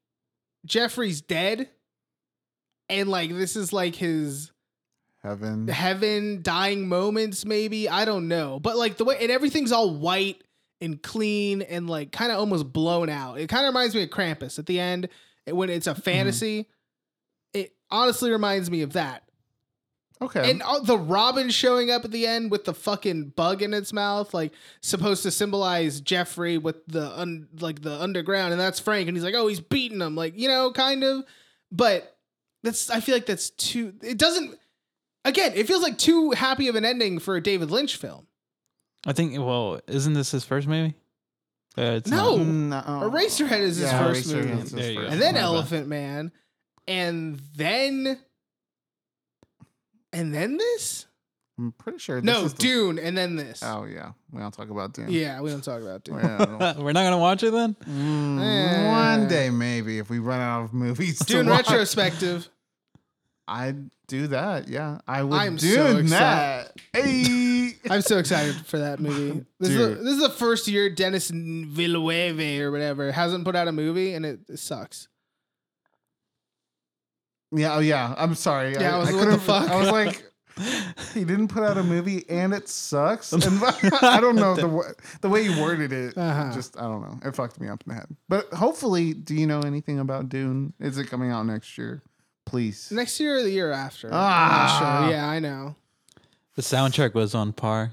Speaker 3: Jeffrey's dead, and like this is like his
Speaker 1: heaven,
Speaker 3: heaven dying moments. Maybe I don't know, but like the way and everything's all white and clean and like kind of almost blown out. It kind of reminds me of Krampus at the end it- when it's a fantasy. It honestly reminds me of that.
Speaker 1: Okay.
Speaker 3: And all, the Robin showing up at the end with the fucking bug in its mouth, like supposed to symbolize Jeffrey with the un, like the underground, and that's Frank, and he's like, oh, he's beating him, like you know, kind of. But that's I feel like that's too. It doesn't. Again, it feels like too happy of an ending for a David Lynch film.
Speaker 2: I think. Well, isn't this his first movie? Uh, it's
Speaker 3: No.
Speaker 2: not.
Speaker 1: No.
Speaker 3: Eraserhead is his
Speaker 1: Mm, uh-uh. Yeah,
Speaker 3: first
Speaker 1: Eraserhead
Speaker 3: movie,
Speaker 1: is his
Speaker 2: There you
Speaker 1: first
Speaker 2: go.
Speaker 3: and
Speaker 1: one.
Speaker 3: then
Speaker 2: My bad.
Speaker 3: Elephant Man, and then and then this.
Speaker 1: I'm pretty sure. this
Speaker 3: no,
Speaker 1: is the-
Speaker 3: Dune, and then this.
Speaker 1: Oh yeah, we don't talk about Dune.
Speaker 3: Yeah, we don't talk about Dune.
Speaker 1: Yeah, I don't-
Speaker 2: We're not gonna watch it then.
Speaker 1: Mm,
Speaker 3: Eh.
Speaker 1: One day, maybe, if we run out of movies.
Speaker 3: Dune
Speaker 1: to watch.
Speaker 3: retrospective.
Speaker 1: I'd do that. Yeah, I would
Speaker 3: I'm
Speaker 1: do
Speaker 3: so
Speaker 1: that. Hey,
Speaker 3: I'm so excited for that movie. This, is the,
Speaker 1: Dude.
Speaker 3: this is the first year Dennis Villeneuve or whatever hasn't put out a movie, and it, it sucks.
Speaker 1: yeah, oh yeah. I'm sorry.
Speaker 3: Yeah, I was- what the
Speaker 1: couldn't-
Speaker 3: fuck?
Speaker 1: I was like, he didn't put out a movie, and it sucks. And I don't know the wo- the way you worded it.
Speaker 3: Uh-huh.
Speaker 1: Just I don't know. It fucked me up in the head. But hopefully, do you know anything about Dune? Is it coming out next year? Please.
Speaker 3: Next year or the year after. I'm not
Speaker 1: Ah.
Speaker 3: sure. Yeah, I know.
Speaker 2: The soundtrack was on par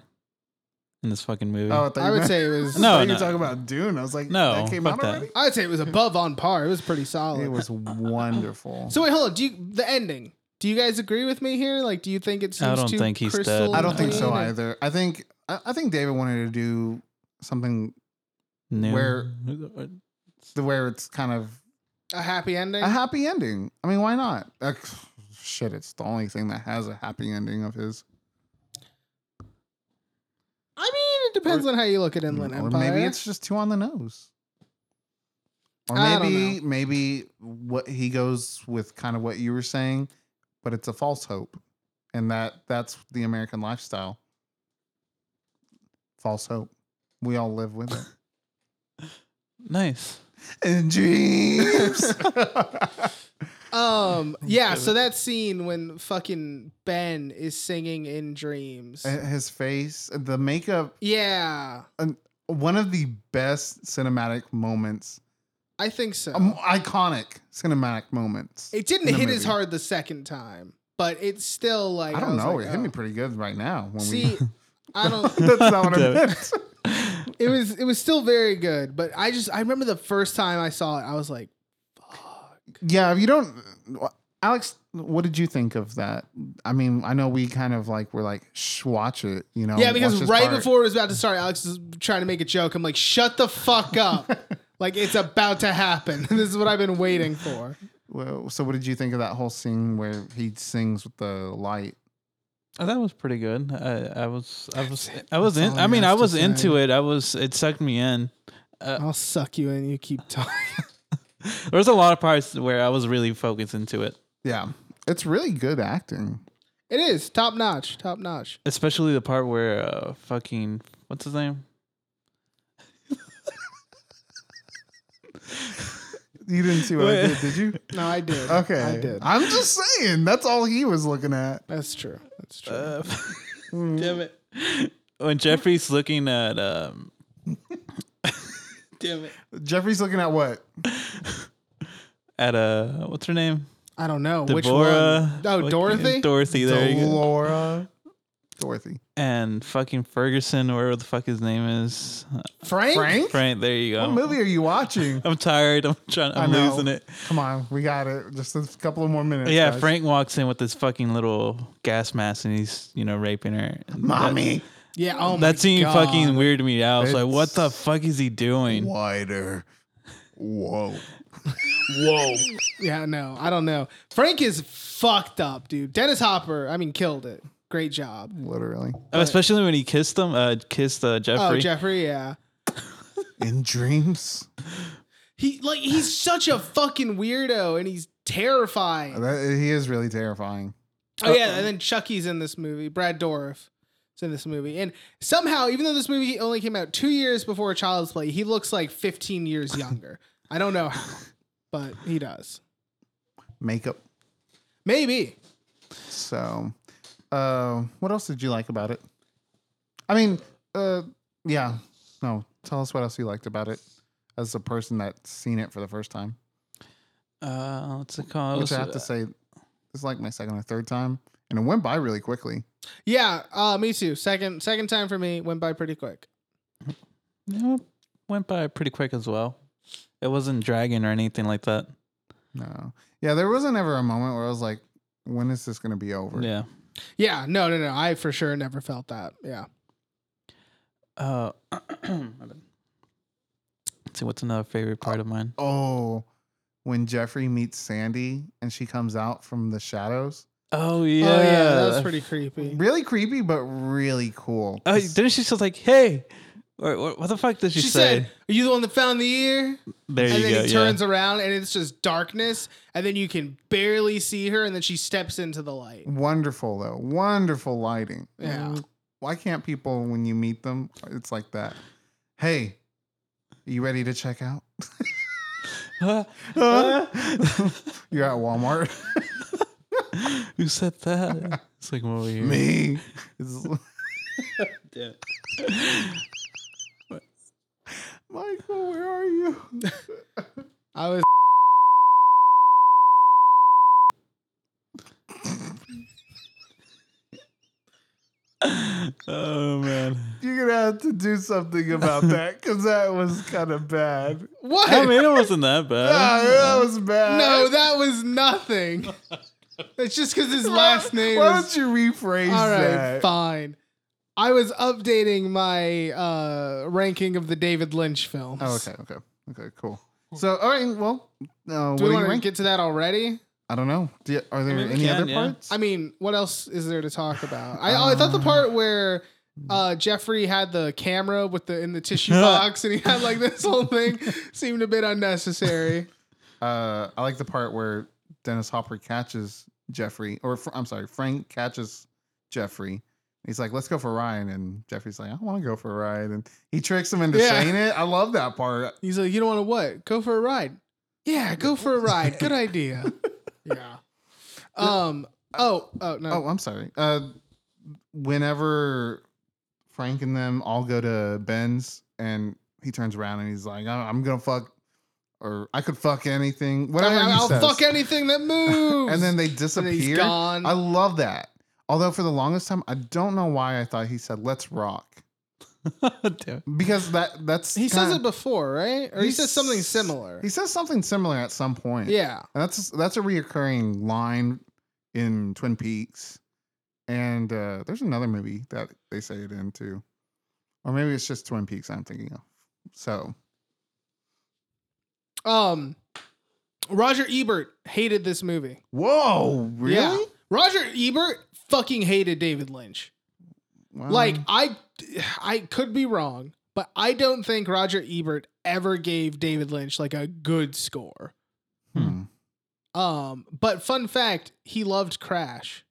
Speaker 2: in this fucking movie.
Speaker 1: Oh, I, thought
Speaker 3: I
Speaker 1: you
Speaker 3: would
Speaker 1: meant-
Speaker 3: say it was.
Speaker 1: I
Speaker 2: No.
Speaker 1: thought you were talking about Dune. I was like,
Speaker 2: No,
Speaker 1: that came
Speaker 2: fuck
Speaker 1: out
Speaker 2: that.
Speaker 1: already.
Speaker 3: I would say it was above on par. It was pretty solid.
Speaker 1: It was wonderful.
Speaker 3: Oh. So wait, hold on. Do you the ending? Do you guys agree with me here? Like, do you think it's?
Speaker 2: I don't
Speaker 3: too
Speaker 2: think he's dead.
Speaker 3: crystal
Speaker 1: I don't think so
Speaker 3: clean or-
Speaker 1: either. I think I, I think David wanted to do something
Speaker 2: No.
Speaker 1: where- to where it's kind of
Speaker 3: A happy ending.
Speaker 1: a happy ending. I mean, why not? Uh, shit, it's the only thing that has a happy ending of his.
Speaker 3: I mean, it depends on how you look at Inland
Speaker 1: or
Speaker 3: Empire.
Speaker 1: maybe it's just too on the nose. Or
Speaker 3: I don't
Speaker 1: maybe maybe what he goes with kind of what you were saying, but it's a false hope, and that that's the American lifestyle. False hope. We all live with it.
Speaker 2: Nice.
Speaker 1: and dreams.
Speaker 3: Um. Yeah.
Speaker 2: Damn
Speaker 3: So
Speaker 2: it.
Speaker 3: that scene when fucking Ben is singing in dreams.
Speaker 1: And His face, the makeup,
Speaker 3: yeah,
Speaker 1: one of the best cinematic moments,
Speaker 3: I think so.
Speaker 1: um, iconic cinematic moments.
Speaker 3: it didn't
Speaker 1: in the
Speaker 3: hit as
Speaker 1: movie.
Speaker 3: hard the second time, but it's still like
Speaker 1: I don't
Speaker 3: was
Speaker 1: know.
Speaker 3: like,
Speaker 1: it hit me
Speaker 3: oh.
Speaker 1: pretty good right now. When
Speaker 3: See, I
Speaker 1: we,
Speaker 3: don't.
Speaker 1: that's not what I
Speaker 2: Damn it.
Speaker 1: meant.
Speaker 3: It was it was still very good, but I just I remember the first time I saw it, I was like, fuck.
Speaker 1: Yeah, if you don't, Alex, what did you think of that? I mean, I know we kind of like were like, shh, watch it, you know?
Speaker 3: yeah, because
Speaker 1: watch this
Speaker 3: right
Speaker 1: part.
Speaker 3: before it was about to start, Alex is trying to make a joke. I'm like, shut the fuck up. like it's about to happen. this is what I've been waiting for.
Speaker 1: Well, so what did you think of that whole scene where he sings with the light?
Speaker 2: Oh, that was pretty good. I, I was, I was,
Speaker 3: That's it.
Speaker 2: I was
Speaker 3: That's
Speaker 2: in.
Speaker 3: all
Speaker 2: I
Speaker 3: he
Speaker 2: mean,
Speaker 3: has
Speaker 2: I
Speaker 3: to
Speaker 2: was
Speaker 3: say.
Speaker 2: into it. I was. It sucked me in.
Speaker 3: I'll suck you in. You keep talking.
Speaker 2: There was a lot of parts where I was really focused into it,
Speaker 1: Yeah, it's really good acting.
Speaker 3: It is top notch, top notch.
Speaker 2: especially the part where uh, fucking what's his name?
Speaker 1: You didn't see what I
Speaker 2: Wait.
Speaker 1: did, did you?
Speaker 3: No, I did.
Speaker 1: Okay,
Speaker 3: I did.
Speaker 1: I'm just saying. That's all he was looking at.
Speaker 3: That's true. That's true.
Speaker 2: Uh,
Speaker 3: Mm.
Speaker 2: damn it! When Jeffrey's looking at um, damn it,
Speaker 1: Jeffrey's looking at what?
Speaker 2: at uh, what's her name?
Speaker 3: I don't know which
Speaker 2: Deborah.
Speaker 3: one. Oh,
Speaker 2: fucking
Speaker 3: Dorothy.
Speaker 2: Dorothy. There you go.
Speaker 1: Laura, Dorothy,
Speaker 2: And fucking Ferguson, wherever the fuck his name is. Uh,
Speaker 3: Frank.
Speaker 1: Frank.
Speaker 2: Frank. There you go.
Speaker 1: What movie are you watching?
Speaker 2: I'm tired. I'm trying. I'm
Speaker 1: know.
Speaker 2: losing it.
Speaker 1: Come on, we got it. Just a couple of more minutes.
Speaker 2: yeah,
Speaker 1: guys.
Speaker 2: Frank walks in with this fucking little gas mask and he's, you know, raping her. And
Speaker 1: Mommy,
Speaker 3: Yeah. Oh
Speaker 2: That,
Speaker 3: my
Speaker 2: that scene
Speaker 3: God.
Speaker 2: fucking weirded me out. I was like, what the
Speaker 1: It's-
Speaker 2: fuck is he doing?
Speaker 1: wider. Whoa.
Speaker 3: Yeah. No, I don't know. Frank is fucked up, dude. Dennis Hopper. I mean, killed it. Great job.
Speaker 1: Literally.
Speaker 2: Oh, Especially when he kissed him, uh, kissed uh, Jeffrey.
Speaker 3: Oh, Jeffrey. Yeah.
Speaker 1: In dreams.
Speaker 3: He like he's such a fucking weirdo, and he's terrifying.
Speaker 1: That, he is really terrifying.
Speaker 3: Oh yeah, and then Chucky's in this movie. Brad Dourif is in this movie, and somehow, even though this movie only came out two years before Child's Play, he looks like 15 years younger. I don't know how, but he does.
Speaker 1: Makeup.
Speaker 3: Maybe.
Speaker 1: So, uh, what else did you like about it? I mean, uh, yeah. No, tell us what else you liked about it as a person that's seen it for the first time.
Speaker 2: Uh, what's it called?
Speaker 1: which I have to say, this is like my second or third time, and it went by really quickly.
Speaker 3: Yeah, uh, me too. Second second time for me went by pretty quick.
Speaker 2: uh, You know, it went by pretty quick as well. It wasn't dragging or anything like that.
Speaker 1: No, yeah, there wasn't ever a moment where I was like, "When is this going to be over?"
Speaker 2: Yeah.
Speaker 3: Yeah, no, no, no. I for sure never felt that. Yeah.
Speaker 2: Uh, my bad. Let's see, what's another favorite part of mine?
Speaker 1: Oh, when Jeffrey meets Sandy and she comes out from the shadows,
Speaker 2: Oh yeah,
Speaker 3: Oh yeah, that was pretty creepy.
Speaker 1: really creepy but really cool.
Speaker 2: Oh, didn't she just like, hey, or, or what the fuck did she,
Speaker 3: She
Speaker 2: say?
Speaker 3: said, "Are you the one that found the ear?"
Speaker 2: there
Speaker 3: and
Speaker 2: you
Speaker 3: then
Speaker 2: go.
Speaker 3: he turns around and it's just darkness, and then you can barely see her, and then she steps into the light.
Speaker 1: Wonderful though, wonderful lighting.
Speaker 3: Yeah.
Speaker 1: Why can't people, when you meet them, it's like that? Hey, you ready to check out?
Speaker 2: yeah.
Speaker 1: You're at Walmart.
Speaker 2: Who said that? It's like over here.
Speaker 1: Me. It's
Speaker 2: Yeah.
Speaker 1: Michael, where are you?
Speaker 3: I was
Speaker 2: Oh man.
Speaker 1: You're gonna have to do something about that because that was kind of bad.
Speaker 3: what?
Speaker 2: I mean, it wasn't that
Speaker 1: Ah,
Speaker 2: bad.
Speaker 1: that was bad.
Speaker 3: no, that was nothing. it's just because his
Speaker 1: Why-
Speaker 3: last name.
Speaker 1: Why
Speaker 3: is-
Speaker 1: don't you rephrase
Speaker 3: All right,
Speaker 1: that?
Speaker 3: fine. I was updating my uh, ranking of the David Lynch films.
Speaker 1: Oh, okay, okay, okay, cool. So, all right, well, uh,
Speaker 3: Do
Speaker 1: what
Speaker 3: we
Speaker 1: do
Speaker 3: want
Speaker 1: you
Speaker 3: to
Speaker 1: rank?
Speaker 3: get to that already?
Speaker 1: I don't know. Do you- are there
Speaker 2: mean, we
Speaker 1: any
Speaker 2: can,
Speaker 1: other
Speaker 2: yeah.
Speaker 1: parts?
Speaker 3: I mean, what else is there to talk about? I, oh, I thought the part where uh, Jeffrey had the camera with the in the tissue box and he had like this whole thing seemed a bit unnecessary.
Speaker 1: uh, I like the part where Dennis Hopper catches Jeffrey, or fr- I'm sorry, Frank catches Jeffrey. He's like, "Let's go for a ride," and Jeffrey's like, "I want to go for a ride," and he tricks him into
Speaker 3: Yeah.
Speaker 1: saying it. I love that part.
Speaker 3: He's like, "You don't want to what? Go for a ride." Yeah, go for a ride. Good idea. yeah. Um. Oh. Oh no.
Speaker 1: Oh, I'm sorry. Uh, whenever Frank and them all go to Ben's, and he turns around and he's like, "I- "I'm gonna fuck," or "I could fuck anything," whatever.
Speaker 3: I,
Speaker 1: he
Speaker 3: will
Speaker 1: says.
Speaker 3: fuck anything that moves.
Speaker 1: And then they
Speaker 3: And then he's
Speaker 1: disappear.
Speaker 3: gone.
Speaker 1: I love that. Although for the longest time, I don't know why I thought he said "Let's rock"
Speaker 2: Damn.
Speaker 1: because that that's
Speaker 3: he says
Speaker 1: kinda-
Speaker 3: it before, right? Or he says something similar.
Speaker 1: He says something similar at some point.
Speaker 3: Yeah.
Speaker 1: And that's that's a reoccurring line in Twin Peaks, and uh, there's another movie that they say it in too, or maybe it's just Twin Peaks I'm thinking of. So
Speaker 3: Um. Roger Ebert hated this movie.
Speaker 1: whoa, really?
Speaker 3: Yeah. Roger Ebert fucking hated David Lynch.
Speaker 1: Wow.
Speaker 3: Like I I could be wrong, but I don't think Roger Ebert ever gave David Lynch like a good score.
Speaker 1: hmm.
Speaker 3: Um, but fun fact, he loved Crash.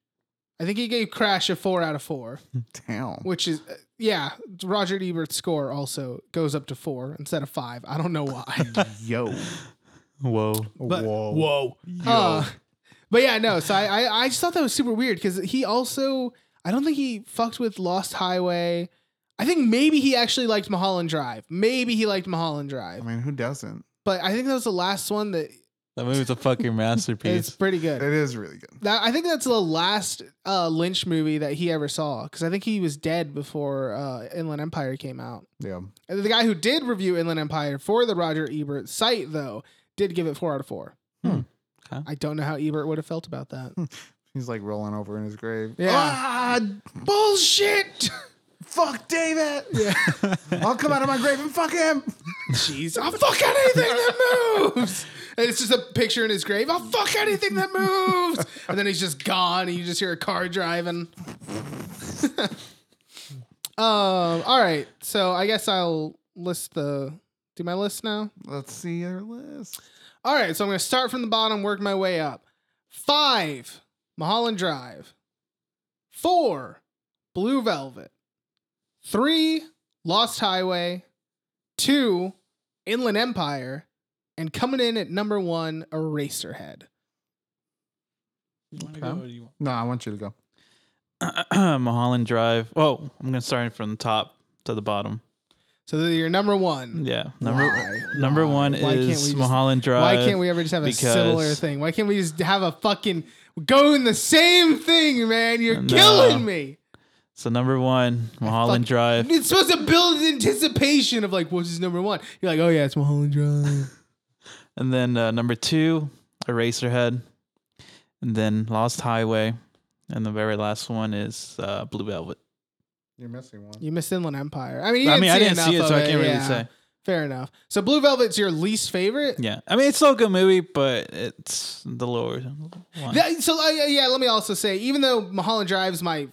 Speaker 3: I think he gave Crash a 4 out of 4,
Speaker 1: damn.
Speaker 3: which is uh, yeah, Roger Ebert's score also goes up to 4 instead of 5. I don't know why.
Speaker 1: Yo,
Speaker 2: Whoa.
Speaker 3: But-
Speaker 1: whoa,
Speaker 3: Whoa. Uh, but yeah, no. So I, I, I just thought that was super weird because he also, I don't think he fucked with Lost Highway. I think maybe he actually liked Mulholland Drive. Maybe he liked
Speaker 1: I
Speaker 3: Mulholland Drive.
Speaker 1: mean, who doesn't?
Speaker 3: But I think that was the last one that
Speaker 2: That movie's a fucking
Speaker 3: it's
Speaker 2: masterpiece.
Speaker 3: pretty good.
Speaker 1: It is really good.
Speaker 3: That, I think that's the last uh, Lynch movie that he ever saw because I think he was dead before uh, Inland Empire came out.
Speaker 1: Yeah.
Speaker 3: And the guy who did review Inland Empire for the Roger Ebert site, though, did give it four out of four.
Speaker 2: Hmm. Okay.
Speaker 3: I don't know how Ebert would have felt about that.
Speaker 1: He's like rolling over in his grave.
Speaker 3: Yeah.
Speaker 1: Ah,
Speaker 3: Bullshit.
Speaker 1: fuck David.
Speaker 3: Yeah.
Speaker 1: I'll come out of my grave and fuck him.
Speaker 3: Jeez. I'll fuck anything that moves. And it's just a picture in his grave. I'll fuck anything that moves. And then he's just gone and you just hear a car driving. um, all right. So I guess I'll list the do my list now.
Speaker 1: Let's see your list.
Speaker 3: All right, so I'm going to start from the bottom, work my way up. Five, Mulholland Drive. Four, Blue Velvet. Three, Lost Highway. Two, Inland Empire. And coming in at number one, Eraserhead.
Speaker 1: No, I want you to go.
Speaker 2: Mulholland Drive. Oh, I'm gonna start from the top to the bottom.
Speaker 3: So they're your number one.
Speaker 2: Yeah. Number
Speaker 3: Why?
Speaker 2: number
Speaker 3: Why?
Speaker 2: one
Speaker 3: Why can't we
Speaker 2: is
Speaker 3: just-
Speaker 2: Mulholland Drive.
Speaker 3: Why can't we ever just have a similar
Speaker 2: because-
Speaker 3: thing? Why can't we just have a fucking go in the same thing, man? You're
Speaker 2: No.
Speaker 3: killing me.
Speaker 2: So number one, Mulholland
Speaker 3: fuck-
Speaker 2: Drive.
Speaker 3: It's supposed to build anticipation of like, what's his number one? You're like, oh yeah, it's Mulholland Drive.
Speaker 2: And then uh, number two, Eraserhead. And then Lost Highway. And the very last one is uh, Blue Velvet.
Speaker 1: You're missing one.
Speaker 3: you missed Inland Empire. I mean, you
Speaker 2: I
Speaker 3: didn't
Speaker 2: mean,
Speaker 3: see
Speaker 2: I didn't
Speaker 3: enough
Speaker 2: see it,
Speaker 3: of
Speaker 2: so I can't really
Speaker 3: yeah.
Speaker 2: say.
Speaker 3: Fair enough. So Blue Velvet's your least favorite.
Speaker 2: Yeah. I mean, it's still a good movie, but it's the lower one.
Speaker 3: That- so uh, yeah, let me also say, even though Mulholland Drive's my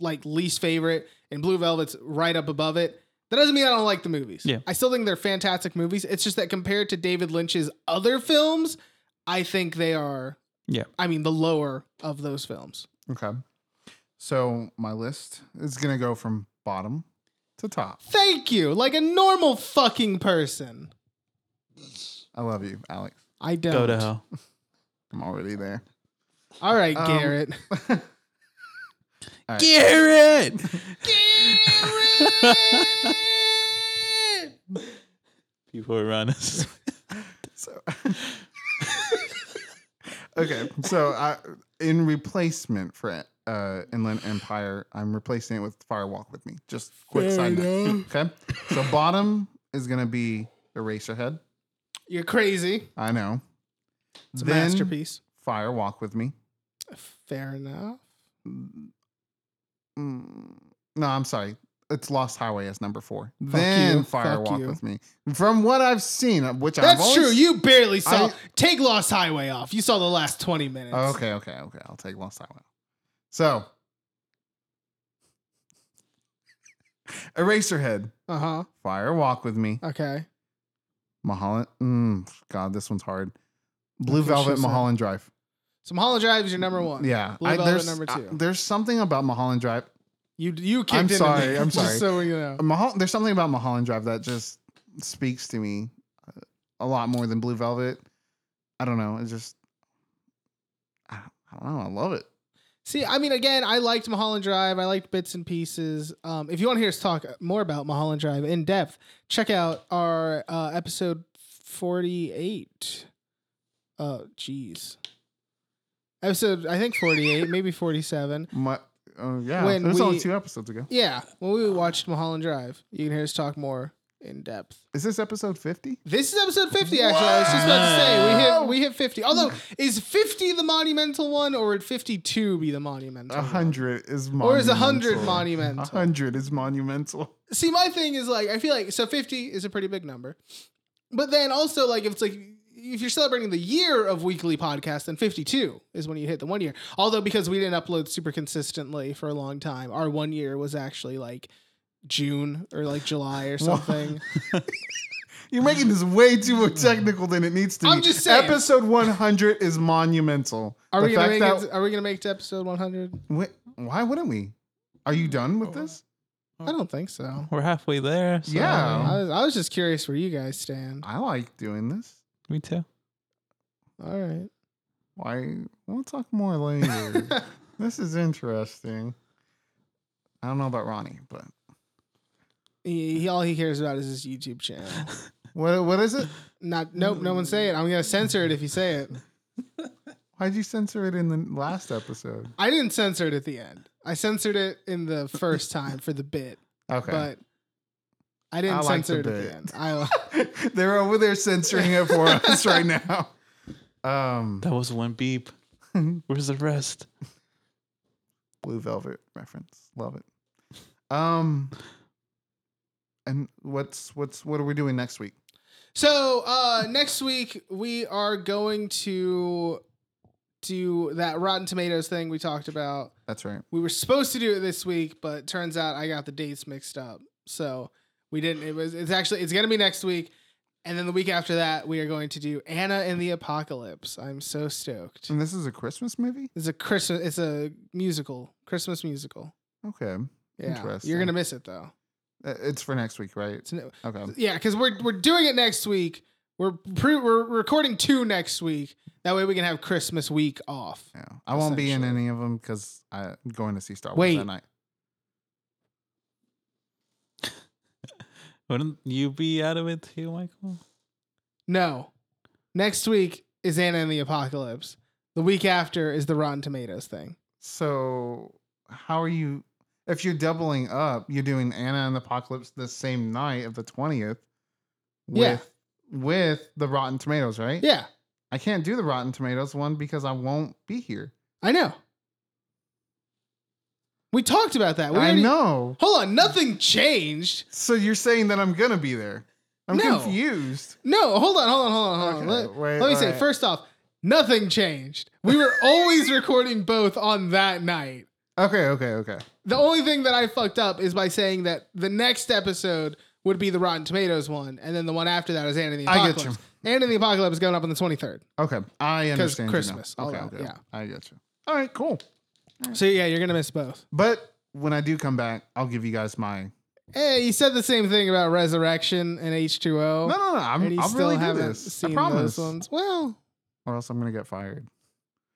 Speaker 3: like least favorite, and Blue Velvet's right up above it, that doesn't mean I don't like the movies.
Speaker 2: Yeah.
Speaker 3: I still think they're fantastic movies. It's just that compared to David Lynch's other films, I think they are.
Speaker 2: Yeah.
Speaker 3: I mean, the lower of those films.
Speaker 1: Okay. So my list is gonna go from bottom to top.
Speaker 3: Thank you, like a normal fucking person.
Speaker 1: I love you, Alex.
Speaker 3: I don't.
Speaker 2: Go to hell.
Speaker 1: I'm already there.
Speaker 3: All right,
Speaker 1: Um,
Speaker 3: Garrett.
Speaker 1: All right.
Speaker 2: Garrett! People around us.
Speaker 1: So okay, so I, in replacement for uh, Inland Empire, I'm replacing it with Fire Walk with Me. Just quick side note. Okay, so bottom is gonna be Eraserhead.
Speaker 3: You're crazy.
Speaker 1: I know.
Speaker 3: It's a
Speaker 1: Then
Speaker 3: masterpiece.
Speaker 1: Fire Walk with Me.
Speaker 3: Fair enough.
Speaker 1: Mm, no, I'm sorry. It's Lost Highway as number four. then
Speaker 3: you,
Speaker 1: Fire
Speaker 3: fuck
Speaker 1: Walk
Speaker 3: you.
Speaker 1: with Me. From what I've seen, which I've
Speaker 3: That's
Speaker 1: always-
Speaker 3: true. You barely saw.
Speaker 1: I-
Speaker 3: take Lost Highway off. You saw the last 20 minutes.
Speaker 1: Oh, okay, okay, okay. I'll take Lost Highway. So, Eraserhead,
Speaker 3: Uh huh.
Speaker 1: Fire Walk with Me,
Speaker 3: Okay.
Speaker 1: Mulholland. Mm, God, this one's hard. Blue
Speaker 3: That's what she
Speaker 1: Velvet,
Speaker 3: said.
Speaker 1: Mulholland Drive.
Speaker 3: So Mulholland Drive is your number one.
Speaker 1: Yeah,
Speaker 3: Blue
Speaker 1: I-
Speaker 3: Velvet
Speaker 1: there's
Speaker 3: number
Speaker 1: I-
Speaker 3: two.
Speaker 1: there's something about Mulholland Drive.
Speaker 3: You you kicked
Speaker 1: I'm
Speaker 3: into
Speaker 1: sorry,
Speaker 3: me,
Speaker 1: I'm sorry.
Speaker 3: Just so you know.
Speaker 1: Mahal, there's something about Mulholland Drive that just speaks to me uh, a lot more than Blue Velvet. I don't know. It's just I I don't know. I love it.
Speaker 3: See, I mean, again, I liked Mulholland Drive. I liked bits and pieces. Um, if you want to hear us talk more about Mulholland Drive in depth, check out our uh, episode 48. Oh, jeez. Episode, I think 48, maybe 47.
Speaker 1: My, oh yeah,
Speaker 3: When
Speaker 1: it was only
Speaker 3: we-
Speaker 1: two episodes ago.
Speaker 3: Yeah, when we watched Mulholland Drive, you can hear us talk more in depth.
Speaker 1: Is this episode fifty?
Speaker 3: This is episode 50, actually. I was just about to say,
Speaker 1: Wow.
Speaker 3: we hit, we hit 50. Although, is 50 the monumental one, or would 52 be the monumental
Speaker 1: A
Speaker 3: one?
Speaker 1: hundred is monumental.
Speaker 3: Or is a 100
Speaker 1: A
Speaker 3: monumental?
Speaker 1: hundred is monumental.
Speaker 3: See, my thing is like, I feel like, so 50 is a pretty big number. But then also, like, if it's like, if you're celebrating the year of weekly podcast, then 52 is when you hit the one year. Although, because we didn't upload super consistently for a long time, our one year was actually like June or like July or something.
Speaker 1: You're making this way too more technical than it needs to be.
Speaker 3: I'm just saying.
Speaker 1: Episode one hundred is monumental.
Speaker 3: Are
Speaker 1: The
Speaker 3: we gonna
Speaker 1: fact
Speaker 3: make
Speaker 1: that-
Speaker 3: it? Are we gonna make it to episode 100?
Speaker 1: Wait, why wouldn't we? Are you done with this?
Speaker 3: I don't think so.
Speaker 2: We're halfway there. so,
Speaker 1: Yeah.
Speaker 3: I was, I was just curious where you guys stand.
Speaker 1: I like doing this.
Speaker 2: Me too.
Speaker 3: All right.
Speaker 1: Why? We'll talk more later. this is interesting. I don't know about Ronnie, but
Speaker 3: He, he all he cares about is his YouTube channel.
Speaker 1: what what is it?
Speaker 3: Not nope, no one say it. I'm gonna censor it if you say it.
Speaker 1: Why'd you censor it in the last episode?
Speaker 3: I didn't censor it at the end. I censored it in the first time for the bit,
Speaker 1: Okay.
Speaker 3: but I didn't
Speaker 1: I liked
Speaker 3: censor it
Speaker 1: the
Speaker 3: at
Speaker 1: bit.
Speaker 3: the end. I,
Speaker 1: They're over there censoring it for us right now. Um,
Speaker 2: That was one beep. Where's the rest?
Speaker 1: Blue Velvet reference, love it. Um, and what's what's what are we doing next week?
Speaker 3: so uh, next week we are going to do that Rotten Tomatoes thing we talked about.
Speaker 1: That's right.
Speaker 3: we were supposed to do it this week, but turns out I got the dates mixed up. So we didn't. It was. It's actually. It's gonna be next week, and then the week after that, we are going to do Anna and the Apocalypse. I'm so stoked.
Speaker 1: And this is a Christmas movie.
Speaker 3: It's a Christmas. It's a musical. Christmas musical.
Speaker 1: Okay,
Speaker 3: Yeah,
Speaker 1: Interesting. Um,
Speaker 3: you're gonna miss it though.
Speaker 1: Uh, it's for next week, right?
Speaker 3: It's no-
Speaker 1: Okay.
Speaker 3: yeah, because we're we're doing it next week. We're pre- we're recording two next week. That way we can have Christmas week off.
Speaker 1: Yeah, I won't be in
Speaker 3: Essentially.
Speaker 1: any of them because I'm going to see Star Wars
Speaker 3: Wait.
Speaker 1: that night.
Speaker 2: Wouldn't you be out of it too, Michael?
Speaker 3: No. Next week is Anna and the Apocalypse. The week after is the Rotten Tomatoes thing.
Speaker 1: So how are you? If you're doubling up, you're doing Anna and the Apocalypse the same night of the twentieth. With,
Speaker 3: Yeah.
Speaker 1: With the Rotten Tomatoes, right?
Speaker 3: Yeah,
Speaker 1: I can't do the Rotten Tomatoes one because I won't be here.
Speaker 3: I know. We talked about that. We
Speaker 1: I
Speaker 3: already-
Speaker 1: know.
Speaker 3: Hold on, nothing changed.
Speaker 1: So you're saying that I'm gonna be there? I'm
Speaker 3: No.
Speaker 1: confused.
Speaker 3: No, hold on, hold on, hold on, hold on.
Speaker 1: Okay,
Speaker 3: Let,
Speaker 1: wait,
Speaker 3: let me say,
Speaker 1: alright.
Speaker 3: first off, nothing changed. We were always recording both on that night.
Speaker 1: Okay, okay, okay.
Speaker 3: The only thing that I fucked up is by saying that the next episode would be the Rotten Tomatoes one, and then the one after that is Anna and the
Speaker 1: I
Speaker 3: Apocalypse.
Speaker 1: get you.
Speaker 3: Anna and the Apocalypse is going up on the 23rd.
Speaker 1: Okay, I understand. you now.
Speaker 3: Christmas, all
Speaker 1: Okay,
Speaker 3: that,
Speaker 1: okay.
Speaker 3: yeah.
Speaker 1: I get you. All right, cool.
Speaker 3: So yeah, you're gonna miss both.
Speaker 1: But when I do come back, I'll give you guys my.
Speaker 3: Hey, you said the same thing about Resurrection and H2O.
Speaker 1: No, no, no. I'm,
Speaker 3: Oh, and you
Speaker 1: I'll
Speaker 3: still
Speaker 1: really do
Speaker 3: haven't
Speaker 1: this. I
Speaker 3: seen
Speaker 1: promise.
Speaker 3: those ones. Well,
Speaker 1: Or else I'm gonna get fired.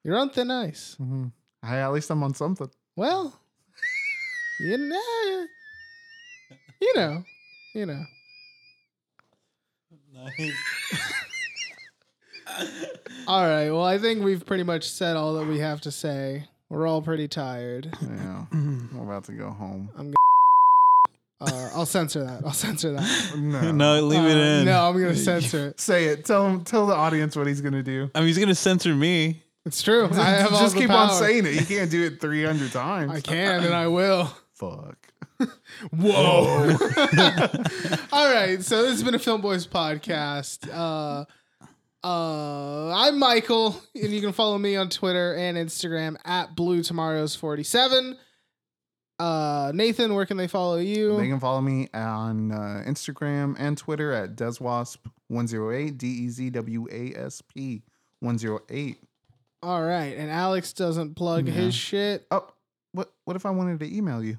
Speaker 3: you're on thin ice.
Speaker 1: hmm Hey, at least I'm on something.
Speaker 3: Well, you know, you know, you know. All right. Well, I think we've pretty much said all that we have to say. We're all pretty tired.
Speaker 1: Yeah, we're about to go home.
Speaker 3: Uh, I'll censor that. I'll censor that.
Speaker 1: No,
Speaker 2: no, leave it
Speaker 3: Uh,
Speaker 2: in.
Speaker 3: No, I'm gonna censor it.
Speaker 1: Say it. Tell him. Tell the audience what he's gonna do.
Speaker 2: I mean, he's gonna censor me.
Speaker 3: It's true. I have all
Speaker 1: Just
Speaker 3: the
Speaker 1: keep on
Speaker 3: power.
Speaker 1: saying it. You can't do it 300 times.
Speaker 3: I can and I will.
Speaker 1: Fuck.
Speaker 3: Whoa. All right. So this has been a Film Boys podcast. Uh, uh, I'm Michael, and you can follow me on Twitter and Instagram at Blue Tomorrows 47. Uh, Nathan, where can they follow you?
Speaker 1: They can follow me on uh, Instagram and Twitter at deswasp108. D E Z W A S P 108.
Speaker 3: All right. And Alex doesn't plug
Speaker 2: Yeah.
Speaker 3: his shit.
Speaker 1: Oh, what? What if I wanted to email you?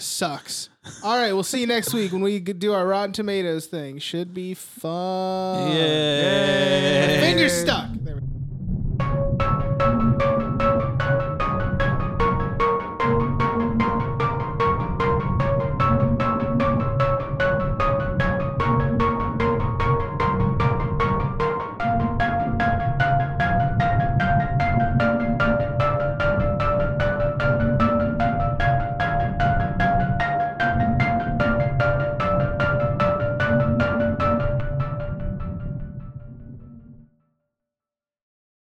Speaker 3: Sucks. All right. We'll see you next week when we do our Rotten Tomatoes thing. Should be fun.
Speaker 2: Yeah.
Speaker 3: Uh, Finger stuck.